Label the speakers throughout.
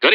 Speaker 1: Good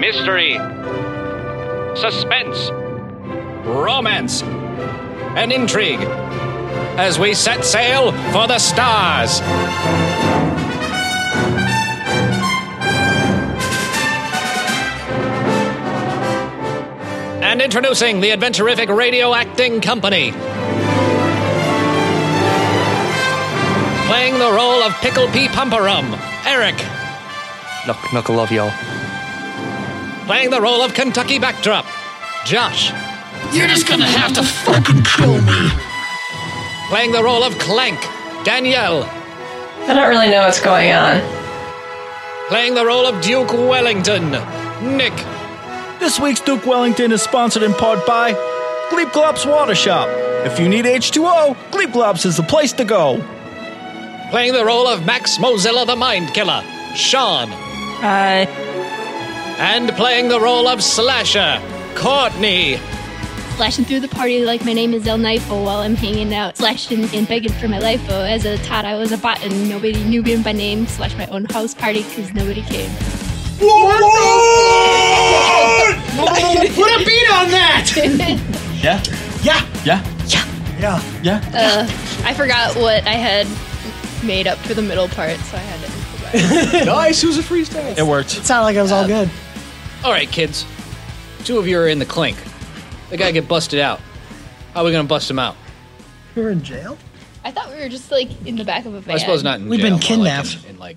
Speaker 1: Mystery. Suspense. Romance. And intrigue. As we set sail for the stars. And introducing the Adventurific Radio Acting Company. Playing the role of Pickle P. Pumperum, Eric.
Speaker 2: Knock, knuckle of y'all.
Speaker 1: Playing the role of Kentucky Backdrop, Josh.
Speaker 3: You're just gonna have to fucking kill me.
Speaker 1: Playing the role of Clank, Danielle.
Speaker 4: I don't really know what's going on.
Speaker 1: Playing the role of Duke Wellington, Nick.
Speaker 5: This week's Duke Wellington is sponsored in part by Gleep Glops Water Shop. If you need H2O, Gleep Glops is the place to go.
Speaker 1: Playing the role of Max Mozilla the Mind Killer, Sean.
Speaker 4: Uh,
Speaker 1: And playing the role of Slasher, Courtney.
Speaker 6: slashing through the party like my name is El Nifo while I'm hanging out, slashing and begging for my life. Oh, as a tot, I was a bot and nobody knew me by name, slash my own house party because nobody came.
Speaker 7: Put a beat on that!
Speaker 5: Yeah,
Speaker 7: Yeah.
Speaker 5: yeah, yeah, yeah.
Speaker 6: Uh, I forgot what I had made up for the middle part, so I had to improvise.
Speaker 7: Nice, it was a Uh, freestyle.
Speaker 5: It worked.
Speaker 7: It sounded like it was all good.
Speaker 8: All right, kids. Two of you are in the clink. They gotta get busted out. How are we gonna bust them out?
Speaker 7: You're in jail?
Speaker 6: I thought we were just like in the back of a van.
Speaker 8: I suppose not. In
Speaker 7: We've
Speaker 8: jail,
Speaker 7: been
Speaker 8: more like
Speaker 7: kidnapped.
Speaker 8: in, in, like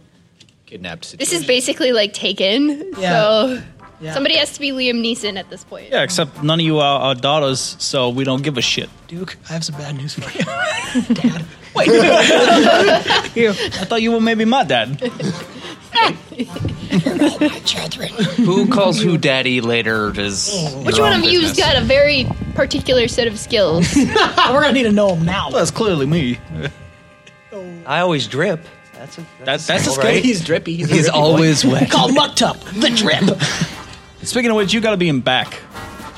Speaker 8: kidnapped.
Speaker 6: This
Speaker 8: Situation.
Speaker 6: is basically like taken,
Speaker 7: Yeah.
Speaker 6: so
Speaker 7: Yeah.
Speaker 6: somebody has to be Liam Neeson at this point.
Speaker 5: Yeah, except none of you are our daughters, so we don't give a shit.
Speaker 7: Duke, I have some bad news for you.
Speaker 5: Wait. Here, I thought you were maybe my dad.
Speaker 7: Children.
Speaker 2: Who calls who daddy later is.
Speaker 6: Which one of you's got a very particular set of skills?
Speaker 7: We're gonna need to know him now.
Speaker 5: That's clearly me.
Speaker 2: I always drip. That's a.
Speaker 5: That's that's a
Speaker 2: all
Speaker 5: skill.
Speaker 2: right.
Speaker 8: He's drippy. He's, a
Speaker 2: He's
Speaker 8: drippy boy.
Speaker 2: always wet.
Speaker 7: Call Muktup, the drip.
Speaker 5: Speaking of which, you gotta be in back.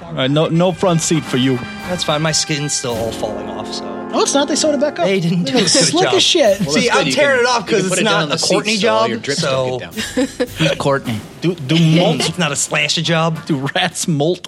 Speaker 5: All right, no, no front seat for you.
Speaker 2: That's fine. My skin's still all falling off, so.
Speaker 7: Oh, it's not. They sewed it back up.
Speaker 2: They didn't do a good
Speaker 7: Slick
Speaker 2: job.
Speaker 7: as shit.
Speaker 2: See,
Speaker 8: that's good.
Speaker 2: I'm
Speaker 8: You
Speaker 2: tearing
Speaker 8: can-
Speaker 2: it off
Speaker 8: you can
Speaker 2: because
Speaker 8: put
Speaker 2: it's
Speaker 8: it down
Speaker 2: not
Speaker 8: on the
Speaker 2: a
Speaker 8: seat
Speaker 2: Courtney
Speaker 8: so all
Speaker 2: job.
Speaker 8: your drips
Speaker 2: so
Speaker 8: don't get down.
Speaker 2: Courtney.
Speaker 5: Do do molt?
Speaker 2: It's not a slasher job.
Speaker 5: do rats molt?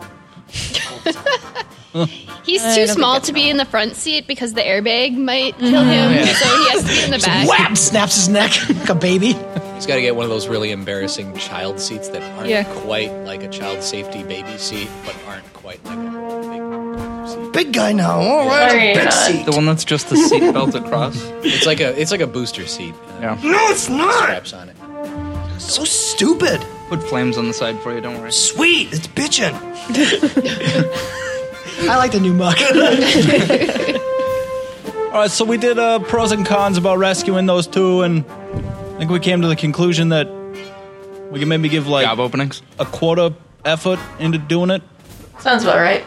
Speaker 6: He's too small to be in the front seat because the airbag might kill
Speaker 8: Mm-hmm.
Speaker 6: him, so he has to be in the back.
Speaker 7: Whap! Snaps his neck like a baby.
Speaker 8: He's gotta get one of those really embarrassing child seats that aren't
Speaker 4: Yeah.
Speaker 8: quite like a child safety baby seat, but aren't quite like a big seat.
Speaker 7: Big guy now. Oh, All right.
Speaker 4: Sorry,
Speaker 7: Big
Speaker 4: not.
Speaker 7: seat.
Speaker 2: The one that's just the seatbelt across.
Speaker 8: It's like a it's like a booster seat. Uh,
Speaker 7: No, it's not.
Speaker 8: straps on it.
Speaker 7: So stupid.
Speaker 2: Put flames on the side for you. Don't worry.
Speaker 7: Sweet. It's bitchin'. I like the new muck.
Speaker 5: All right, so we did uh, pros and cons about rescuing those two, and I think we came to the conclusion that we can maybe give like
Speaker 2: Job openings.
Speaker 5: a quarter effort into doing it.
Speaker 4: sounds about right.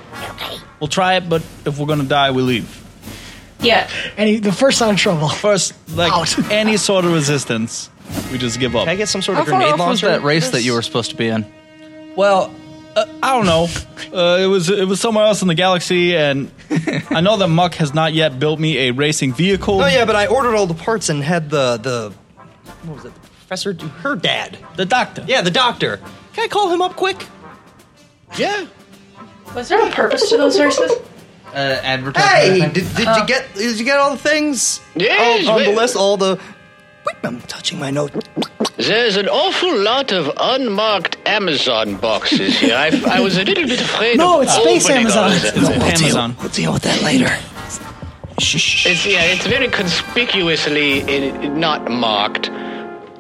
Speaker 5: We'll try it, but if we're gonna die, we leave.
Speaker 4: Yeah.
Speaker 7: and he, the first sign of trouble.
Speaker 5: First, like
Speaker 7: Out.
Speaker 5: any sort of resistance, we just give up.
Speaker 2: Can I get some sort of
Speaker 5: How far
Speaker 2: grenade
Speaker 5: off was
Speaker 2: launcher?
Speaker 5: that race that you were
Speaker 2: supposed to be in?
Speaker 5: Well, uh, I don't know. Uh, it was it was somewhere else in the galaxy, and I know that Muck has not yet built me a racing vehicle.
Speaker 2: Oh yeah, but I ordered all the parts and had the the what was it? The professor, do her dad.
Speaker 5: the doctor.
Speaker 2: Yeah, the doctor. Can I call him up quick?
Speaker 8: Yeah.
Speaker 4: Was there a purpose to those horses?
Speaker 2: Uh, advertising.
Speaker 7: Hey,
Speaker 2: Hey, did, did
Speaker 9: Oh.
Speaker 2: you get did you get all the things?
Speaker 10: Yes,
Speaker 2: All- on the
Speaker 10: well-
Speaker 2: list, all the. Wait, I'm touching my note.
Speaker 10: There's an awful lot of unmarked Amazon boxes here. I, I was a little bit afraid.
Speaker 7: No,
Speaker 10: of
Speaker 7: it's space
Speaker 10: opening all
Speaker 7: Amazon.
Speaker 10: of them.
Speaker 7: No,
Speaker 5: Amazon.
Speaker 2: We'll deal with that later.
Speaker 10: It's yeah, it's very conspicuously in, not marked.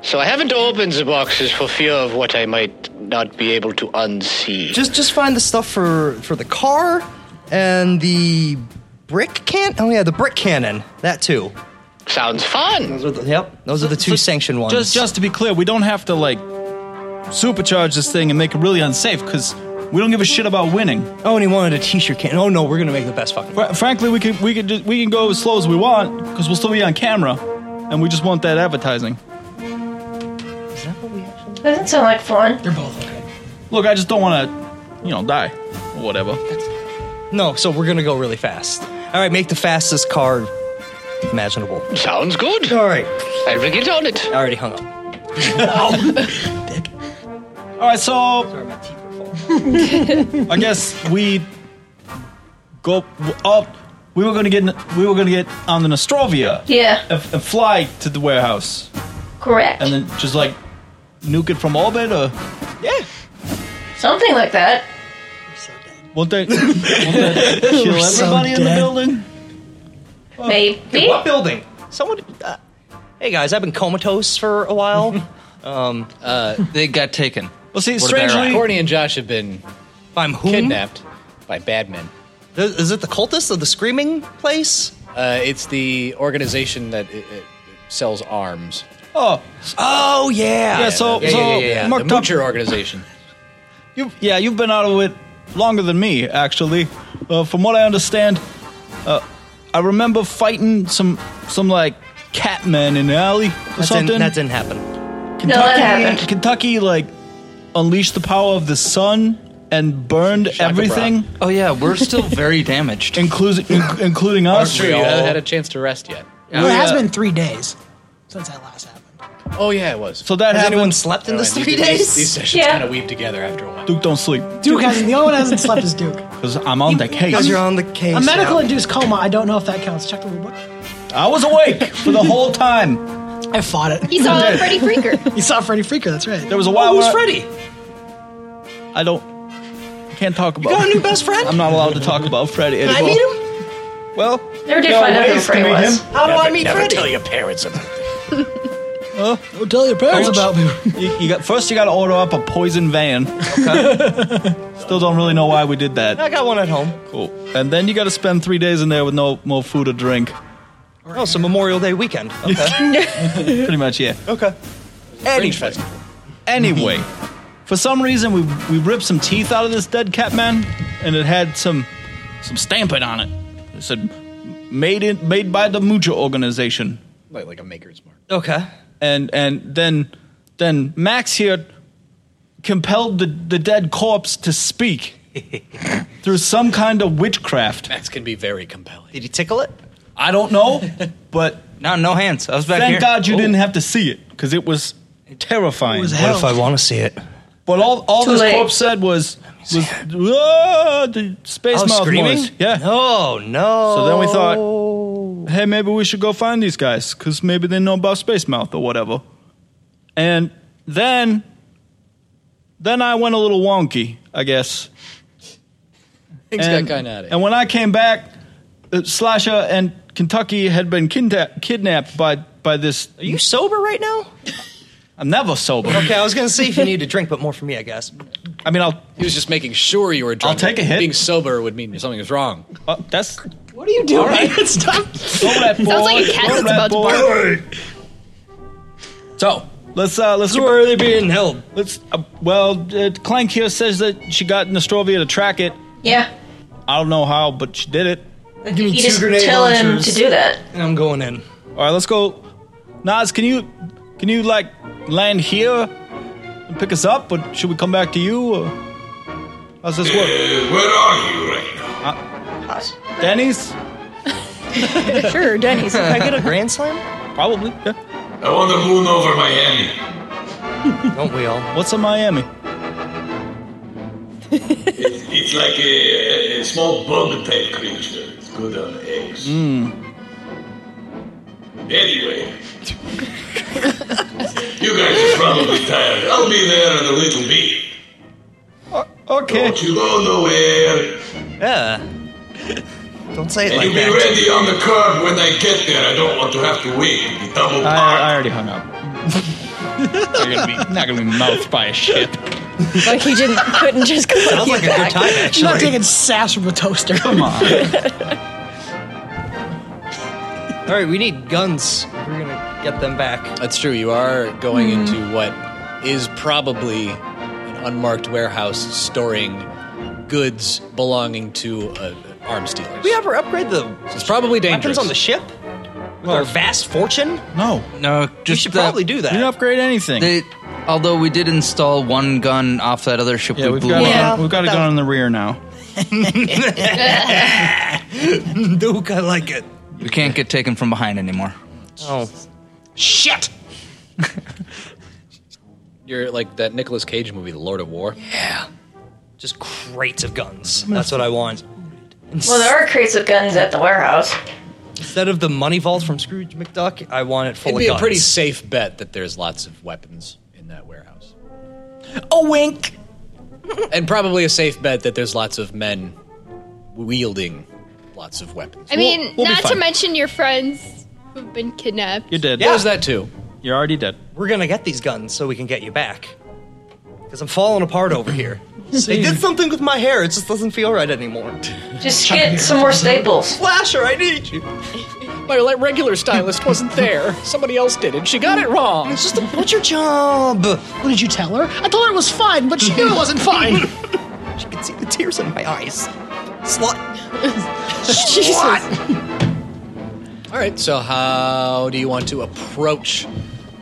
Speaker 10: So I haven't opened the boxes for fear of what I might not be able to unsee.
Speaker 2: Just just find the stuff for for the car and the brick can. Oh yeah, the brick cannon. That too.
Speaker 10: sounds fun.
Speaker 2: Those are the, yep. Those are the two sanctioned ones.
Speaker 5: Just just to be clear, we don't have to like supercharge this thing and make it really unsafe because we don't give a shit about winning.
Speaker 2: Oh, and he wanted a t-shirt can. Oh no, we're gonna make the best fucking.
Speaker 5: Fr- frankly, we could we could just, we can go as slow as we want because we'll still be on camera, and we just want that advertising.
Speaker 4: Doesn't sound like fun.
Speaker 7: They're both okay.
Speaker 5: Look, I just don't want to, you know, die or whatever.
Speaker 2: No, so we're gonna go really fast. All right, make the fastest car imaginable.
Speaker 10: Sounds good.
Speaker 2: All right,
Speaker 10: I will get on it.
Speaker 2: I already hung up.
Speaker 5: All right, so I guess we go up. We were gonna get in- we were gonna get on the Nostrovia
Speaker 4: Yeah,
Speaker 5: and, and fly to the warehouse
Speaker 4: correct.
Speaker 5: and then just like nuke it from orbit or
Speaker 4: Something like that.
Speaker 5: won't they, won't they kill everybody in the building?
Speaker 4: Maybe.
Speaker 2: Oh. What building? Someone. Uh, hey guys, I've been comatose for a while. Um,
Speaker 8: Uh,
Speaker 9: They got taken.
Speaker 5: Well, see,
Speaker 9: about Iraq?
Speaker 5: strangely,
Speaker 8: Courtney and Josh have been
Speaker 2: I'm whom?
Speaker 8: kidnapped by bad men.
Speaker 2: Is is it the cultists of the screaming place?
Speaker 8: Uh, it's the organization that i i sells arms.
Speaker 5: oh
Speaker 2: Oh yeah.
Speaker 5: yeah, so
Speaker 8: yeah,
Speaker 5: so
Speaker 8: yeah, yeah, yeah.
Speaker 5: Mark
Speaker 8: the
Speaker 5: Tup-
Speaker 8: Moocher organization.
Speaker 5: You, yeah, you've been out of it longer than me, actually. Uh, from what I understand, uh, I remember fighting some some like catmen in the alley or
Speaker 2: That didn't-
Speaker 5: something.
Speaker 2: that didn't happen.
Speaker 5: Kentucky,
Speaker 4: No, that happened.
Speaker 5: Kentucky like unleashed the power of the sun and burned
Speaker 8: Shaka
Speaker 5: everything,
Speaker 9: Oh yeah, we're still very damaged.
Speaker 5: including including us.
Speaker 8: True, you haven't had a chance to rest yet.
Speaker 7: well, it has
Speaker 5: yeah.
Speaker 7: been three days since that last happened.
Speaker 8: Oh yeah, it was.
Speaker 5: So that
Speaker 2: Has
Speaker 5: happened.
Speaker 2: anyone slept in this
Speaker 8: Man,
Speaker 2: three
Speaker 8: these-
Speaker 2: days?
Speaker 8: These, these sessions
Speaker 4: Yeah.
Speaker 8: kind of weave together after a while.
Speaker 5: Duke, don't sleep
Speaker 7: Duke hasn't. The only one that hasn't slept is Duke.
Speaker 5: because I'm on the case.
Speaker 2: Because you're on the case.
Speaker 7: A medical
Speaker 2: now.
Speaker 7: induced coma. I don't know if that counts. Check the rule book.
Speaker 5: I was awake for the whole time.
Speaker 7: I fought it.
Speaker 6: He saw Freddy Freaker.
Speaker 7: You saw Freddy Freaker. That's right. Oh,
Speaker 5: There was a while
Speaker 2: Oh, Who's
Speaker 5: where
Speaker 2: Freddy?
Speaker 5: I don't can't talk about.
Speaker 2: Got a new best friend?
Speaker 5: I'm not allowed to talk about Freddy
Speaker 2: Can I
Speaker 5: anymore.
Speaker 2: meet him?
Speaker 5: Well,
Speaker 4: Never did
Speaker 5: there are
Speaker 4: find out who
Speaker 5: ways to
Speaker 4: Frey
Speaker 5: meet
Speaker 4: was.
Speaker 5: him.
Speaker 2: How do I meet
Speaker 1: never
Speaker 2: Freddy?
Speaker 1: tell your parents about it.
Speaker 7: Don't tell your parents
Speaker 5: Ouch.
Speaker 7: about me.
Speaker 5: You, you got first. You got to order up a poison van. Still don't really know why we did that.
Speaker 2: I got one at home.
Speaker 5: Cool. And then you got to spend three days in there with no more food or drink.
Speaker 2: Oh, so Memorial Day weekend. Okay.
Speaker 5: Pretty much, yeah.
Speaker 2: okay.
Speaker 8: Fringe
Speaker 2: Anyway.
Speaker 8: festival.
Speaker 5: Anyway, for some reason we we ripped some teeth out of this dead cat man, and it had some some stamping on it. It said made in made by the Mucha organization.
Speaker 8: Like, like a maker's mark.
Speaker 2: Okay.
Speaker 5: and and then then Max here compelled the, the dead corpse to speak through some kind of witchcraft.
Speaker 8: Max can be very compelling.
Speaker 2: Did he tickle it?
Speaker 5: I don't know, but
Speaker 9: No, no hands. I was back
Speaker 5: thank
Speaker 9: here.
Speaker 5: God you
Speaker 9: Oh.
Speaker 5: didn't have to see it because it was terrifying.
Speaker 7: was
Speaker 2: What
Speaker 7: hell.
Speaker 2: if I want to see it?
Speaker 5: but all all
Speaker 4: Too
Speaker 5: this
Speaker 4: late.
Speaker 5: corpse said was was "Ah, the space
Speaker 2: Oh,
Speaker 5: mouth
Speaker 2: screaming?
Speaker 5: noise. Yeah.
Speaker 2: Oh no.
Speaker 5: So then we thought, hey, maybe we should go find these guys because maybe they know about Space Mouth or whatever. And then, then I went a little wonky, I guess.
Speaker 8: Things
Speaker 5: And,
Speaker 8: got kind of out of
Speaker 5: and when I came back, uh, Slasher and Kentucky had been kidna- kidnapped by by this.
Speaker 2: Are you sober right now?
Speaker 5: I'm never sober.
Speaker 2: Okay, I was gonna see if you need a drink, but more for me, I guess.
Speaker 5: I mean, I'll.
Speaker 8: He was just making sure you were drunk.
Speaker 5: take a hit.
Speaker 8: Being sober would mean something was wrong.
Speaker 5: Uh, that's.
Speaker 7: What are you doing?
Speaker 6: Sounds like a cat that's about to bark.
Speaker 5: So let's uh, let's
Speaker 2: Where are they being held?
Speaker 5: let's uh, well, uh, Clank here says that she got Nostrovia to track it.
Speaker 4: Yeah.
Speaker 5: I don't know how, but she did it.
Speaker 2: Give me
Speaker 4: You
Speaker 2: two
Speaker 4: just
Speaker 2: grenade
Speaker 4: tell him
Speaker 2: launchers.
Speaker 4: to do that.
Speaker 2: And I'm going in.
Speaker 5: All right, let's go. Nas, can you can you like land here and pick us up, or should we come back to you? Or how's this work?
Speaker 3: Where are you right now?
Speaker 5: Denny's
Speaker 4: Sure, Denny's.
Speaker 2: Can I get a grand slam?
Speaker 5: probably. Yeah.
Speaker 3: I want the moon over Miami.
Speaker 2: Don't we all?
Speaker 5: What's in Miami?
Speaker 3: It's like a, a small bug type creature. It's good on eggs.
Speaker 5: Hmm.
Speaker 3: Anyway. you guys are probably tired. I'll be there in a little bit.
Speaker 5: Okay.
Speaker 3: Don't you go nowhere.
Speaker 2: Yeah. Don't say it
Speaker 3: And
Speaker 2: like
Speaker 3: you'll be
Speaker 2: that.
Speaker 3: ready on the curb when I get there. I don't want to have to wait and be double
Speaker 5: I, I
Speaker 3: parked.
Speaker 5: already hung up. You're gonna be not gonna be mouthed by a ship.
Speaker 11: Like he didn't couldn't just go.
Speaker 2: Sounds like a good time,
Speaker 7: She's not
Speaker 2: actually.
Speaker 7: taking sass from a toaster.
Speaker 5: Come on.
Speaker 2: All right, we need guns. We're gonna get them back.
Speaker 5: Hmm.
Speaker 8: That's true. You are going into what is probably an unmarked warehouse storing goods belonging to uh, arms dealers.
Speaker 7: We ever upgrade the
Speaker 8: It's probably dangerous.
Speaker 7: weapons on the ship? With our vast fortune?
Speaker 5: No.
Speaker 9: No, just
Speaker 7: should probably do that. You
Speaker 5: didn't upgrade anything.
Speaker 9: They, although we did install one gun off that other ship.
Speaker 5: Yeah,
Speaker 9: we
Speaker 5: we've
Speaker 9: blew
Speaker 5: got,
Speaker 9: up.
Speaker 5: A, we've got a gun on the rear now.
Speaker 9: Duke, I like it. We can't get taken from behind anymore.
Speaker 2: Oh.
Speaker 7: Shit!
Speaker 8: You're like that Nicolas Cage movie, The Lord of War.
Speaker 2: Yeah. Just crates of guns. That's what I want.
Speaker 4: Well, there are crates of guns at the warehouse.
Speaker 2: Instead of the money vault from Scrooge McDuck, I want it full
Speaker 8: It'd
Speaker 2: of
Speaker 8: be a
Speaker 2: guns.
Speaker 8: pretty safe bet that there's lots of weapons in that warehouse.
Speaker 2: A wink.
Speaker 8: and probably a safe bet that there's lots of men wielding lots of weapons.
Speaker 6: I mean,
Speaker 8: we'll be
Speaker 6: not to
Speaker 8: fine.
Speaker 6: mention your friends who've been kidnapped.
Speaker 5: You're dead.
Speaker 6: Yeah.
Speaker 8: There's that too.
Speaker 5: You're already dead.
Speaker 2: We're gonna get these guns so we can get you back. Because I'm falling apart over here. they did something with my hair. It just doesn't feel right anymore.
Speaker 4: Just get some more staples.
Speaker 2: Flasher, I need you.
Speaker 8: My regular stylist wasn't there. Somebody else did it. She got it wrong.
Speaker 2: It's just a butcher job.
Speaker 7: What did you tell her? I told her it was fine, but she knew it wasn't fine.
Speaker 2: she could see the tears in my eyes. Slut.
Speaker 8: All right, so how do you want to approach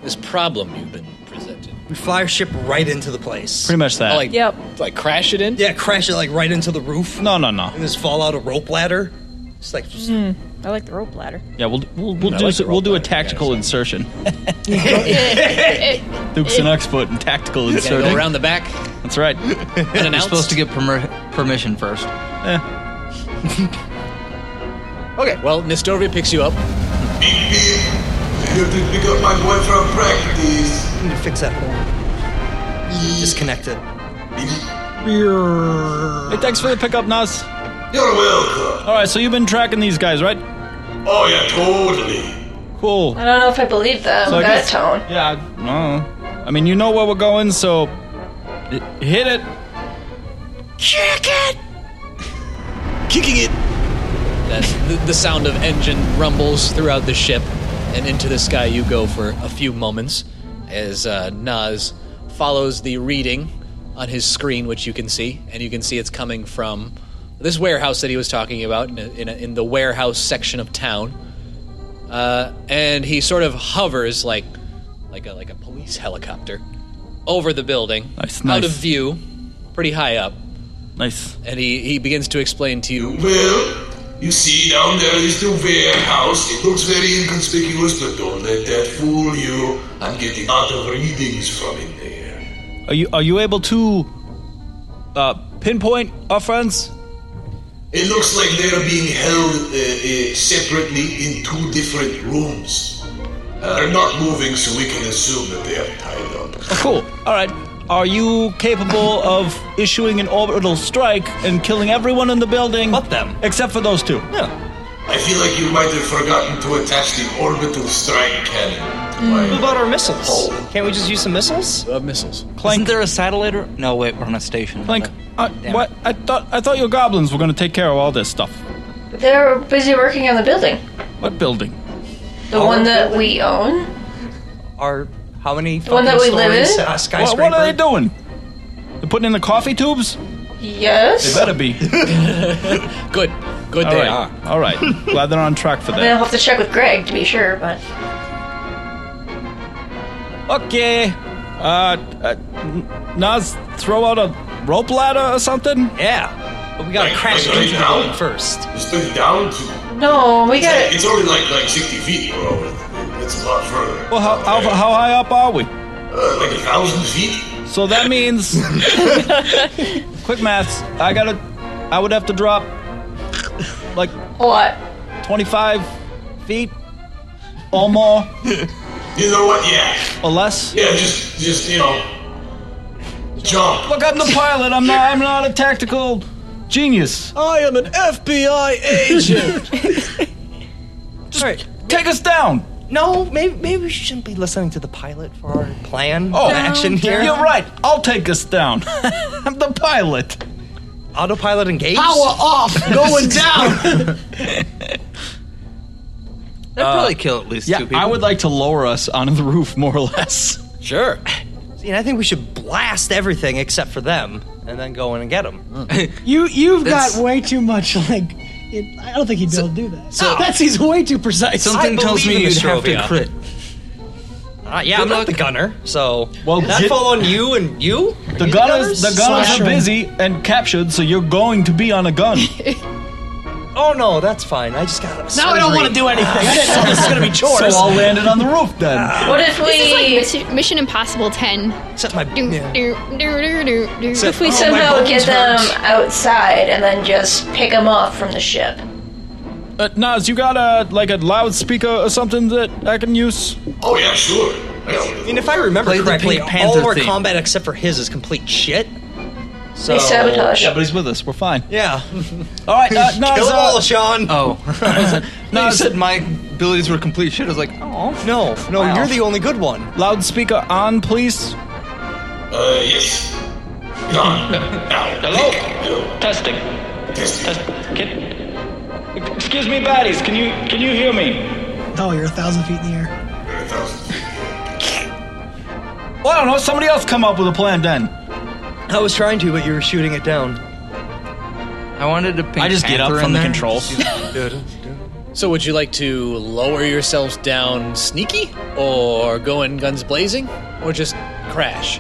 Speaker 8: this problem you've been presented?
Speaker 2: We fly our ship right into the place.
Speaker 5: Pretty much that.
Speaker 8: Like, yep. like crash it in?
Speaker 2: Yeah, crash it like right into the roof.
Speaker 5: No, no, no.
Speaker 2: And just fall out a rope ladder. It's like just
Speaker 11: I like the rope ladder.
Speaker 5: Yeah, we'll we'll, we'll
Speaker 11: I
Speaker 5: do
Speaker 11: like
Speaker 5: we'll do a tactical insertion. Duke's an expert in tactical
Speaker 8: You gotta
Speaker 5: insertion.
Speaker 8: go around the back.
Speaker 5: That's right.
Speaker 9: You're supposed to get permer- permission first.
Speaker 8: Okay. Well, Nestovia picks you up.
Speaker 3: You have to pick up my boy from practice.
Speaker 2: I need to fix that horn. Disconnect it.
Speaker 5: Hey, thanks for the pickup, Nas.
Speaker 3: You're welcome.
Speaker 5: All right, so you've been tracking these guys, right?
Speaker 3: Oh, yeah, totally.
Speaker 5: Cool.
Speaker 4: I don't know if I believe that
Speaker 5: So I
Speaker 4: with that
Speaker 5: guess-
Speaker 4: tone.
Speaker 5: Yeah. I, uh, I mean, you know where we're going, so h- hit it.
Speaker 7: Kick it!
Speaker 8: Kicking it! That's the, the sound of engine rumbles throughout the ship, and into the sky you go for a few moments as uh, Nas follows the reading on his screen, which you can see, and you can see it's coming from this warehouse that he was talking about in, a, in, a, in the warehouse section of town. Uh, and he sort of hovers like like a, like a police helicopter over the building, out
Speaker 5: nice.
Speaker 8: of view, pretty high up.
Speaker 5: Nice.
Speaker 8: And he, he begins to explain to you.
Speaker 3: Well, you see, down there is the warehouse. It looks very inconspicuous, but don't let that fool you. I'm getting out of readings from in there.
Speaker 5: Are you are you able to uh, pinpoint our friends?
Speaker 3: It looks like they're being held uh, uh, separately in two different rooms. Uh, they're not moving, so we can assume that they are tied up.
Speaker 5: Cool. All right. Are you capable of issuing an orbital strike and killing everyone in the building? But them. Except for those two. Yeah.
Speaker 3: I feel like you might have forgotten to attach the orbital strike cannon. Oh. to my-
Speaker 2: What about our missiles? Can't we just use some missiles?
Speaker 8: Uh, missiles.
Speaker 9: Isn't there a satellite? Or- no, wait, we're on a station.
Speaker 5: Like, I,
Speaker 9: Damn
Speaker 5: what? I thought I thought your goblins were going to take care of all this stuff.
Speaker 4: They're busy working on the building.
Speaker 5: What building?
Speaker 4: The
Speaker 5: Our
Speaker 4: one that we own.
Speaker 2: Our how many?
Speaker 4: The one that
Speaker 2: fucking
Speaker 4: we live
Speaker 2: stories,
Speaker 4: in?
Speaker 2: Uh,
Speaker 5: Wha-
Speaker 2: skyscraper.
Speaker 5: What, are they doing? They're putting in the coffee tubes.
Speaker 4: Yes.
Speaker 5: They better be.
Speaker 8: good. Good.
Speaker 5: All
Speaker 8: they
Speaker 5: right.
Speaker 8: are.
Speaker 5: All right. Glad they're on track for
Speaker 4: I mean, I'll
Speaker 5: that.
Speaker 4: Ah. have to check with Greg to be sure, but
Speaker 5: Okay. Uh, uh, N- Nas, throw out a rope ladder or something.
Speaker 2: Yeah. But we gotta crash it
Speaker 3: Right
Speaker 2: into the
Speaker 3: now?
Speaker 2: building first.
Speaker 3: It's been down to.
Speaker 4: no, we
Speaker 3: it's
Speaker 4: got
Speaker 3: like- It's only like like 60 feet, bro. It's a lot further.
Speaker 5: Well, how how, how high up are we?
Speaker 3: Uh, like a thousand feet.
Speaker 5: So that means, quick maths. I gotta, I would have to drop like
Speaker 4: a lot.
Speaker 5: Twenty-five feet or more
Speaker 3: You know what? Yeah.
Speaker 5: or less.
Speaker 3: Yeah, just just you know, jump.
Speaker 5: Look, I'm the pilot. I'm not. I'm not a tactical genius.
Speaker 8: I am an FBI agent.
Speaker 2: All right.
Speaker 5: Take us down.
Speaker 2: No, maybe maybe we shouldn't be listening to the pilot for our plan
Speaker 5: Oh,
Speaker 2: of action here.
Speaker 5: You're right. I'll take us down. I'm the pilot.
Speaker 2: Autopilot engaged.
Speaker 7: Power off, going down.
Speaker 9: They'd probably kill at least
Speaker 5: Yeah,
Speaker 9: two people.
Speaker 5: I would like to lower us onto the roof, more or less.
Speaker 8: Sure.
Speaker 2: See, and I think we should blast everything except for them, and then go in and get them.
Speaker 7: You you've
Speaker 2: That's-
Speaker 7: got way too much like. It, I don't think he'd be able to do that.
Speaker 2: so-
Speaker 7: that seems way too precise.
Speaker 2: I believe in Nostrovia. Uh, yeah, I'm not the gunner, so well, that
Speaker 5: get-
Speaker 2: fall on you and you.
Speaker 5: The
Speaker 2: You
Speaker 5: gunners, the gunners are
Speaker 2: Slasher.
Speaker 5: busy and captured, so you're going to be on a gun.
Speaker 2: Oh no, that's fine. I just got.
Speaker 7: Now I don't wanna do anything. This is gonna be chores.
Speaker 5: So I'll land it on the roof then.
Speaker 4: What if we-
Speaker 6: This is like Mis- Mission Impossible 10.
Speaker 2: Except my.
Speaker 6: Do, do, do, do, do, do.
Speaker 4: What if we somehow get them outside and then just pick them off from the ship?
Speaker 5: Uh, Nas, you got a like a loudspeaker or something that I can use?
Speaker 3: Oh yeah, sure.
Speaker 2: I mean, if I remember
Speaker 5: Play the
Speaker 2: correctly,
Speaker 5: Pink
Speaker 2: all of
Speaker 5: Panther
Speaker 2: our
Speaker 5: theme.
Speaker 2: combat except for his is complete shit. So
Speaker 5: Yeah, but he's with us. We're fine.
Speaker 2: Yeah.
Speaker 5: All right, uh, Nas,
Speaker 2: Kill 'em
Speaker 5: uh,
Speaker 2: all, Sean.
Speaker 9: Oh. no, you said my abilities were complete shit. I was like, oh.
Speaker 2: No, no,
Speaker 9: Wow.
Speaker 2: you're the only good one.
Speaker 5: Loudspeaker on, please.
Speaker 3: Uh, yes.
Speaker 12: Hello? Testing. Test- can- excuse me, baddies. Can you can you hear me?
Speaker 7: Oh, you're a thousand feet in the air.
Speaker 5: Well, I don't know. Somebody else come up with a plan then.
Speaker 2: I was trying to, but you were shooting it down.
Speaker 9: I wanted to.
Speaker 8: I just get up from the controls.
Speaker 2: Dude.
Speaker 8: So, would you like to lower yourselves down sneaky, or go in guns blazing, or just crash?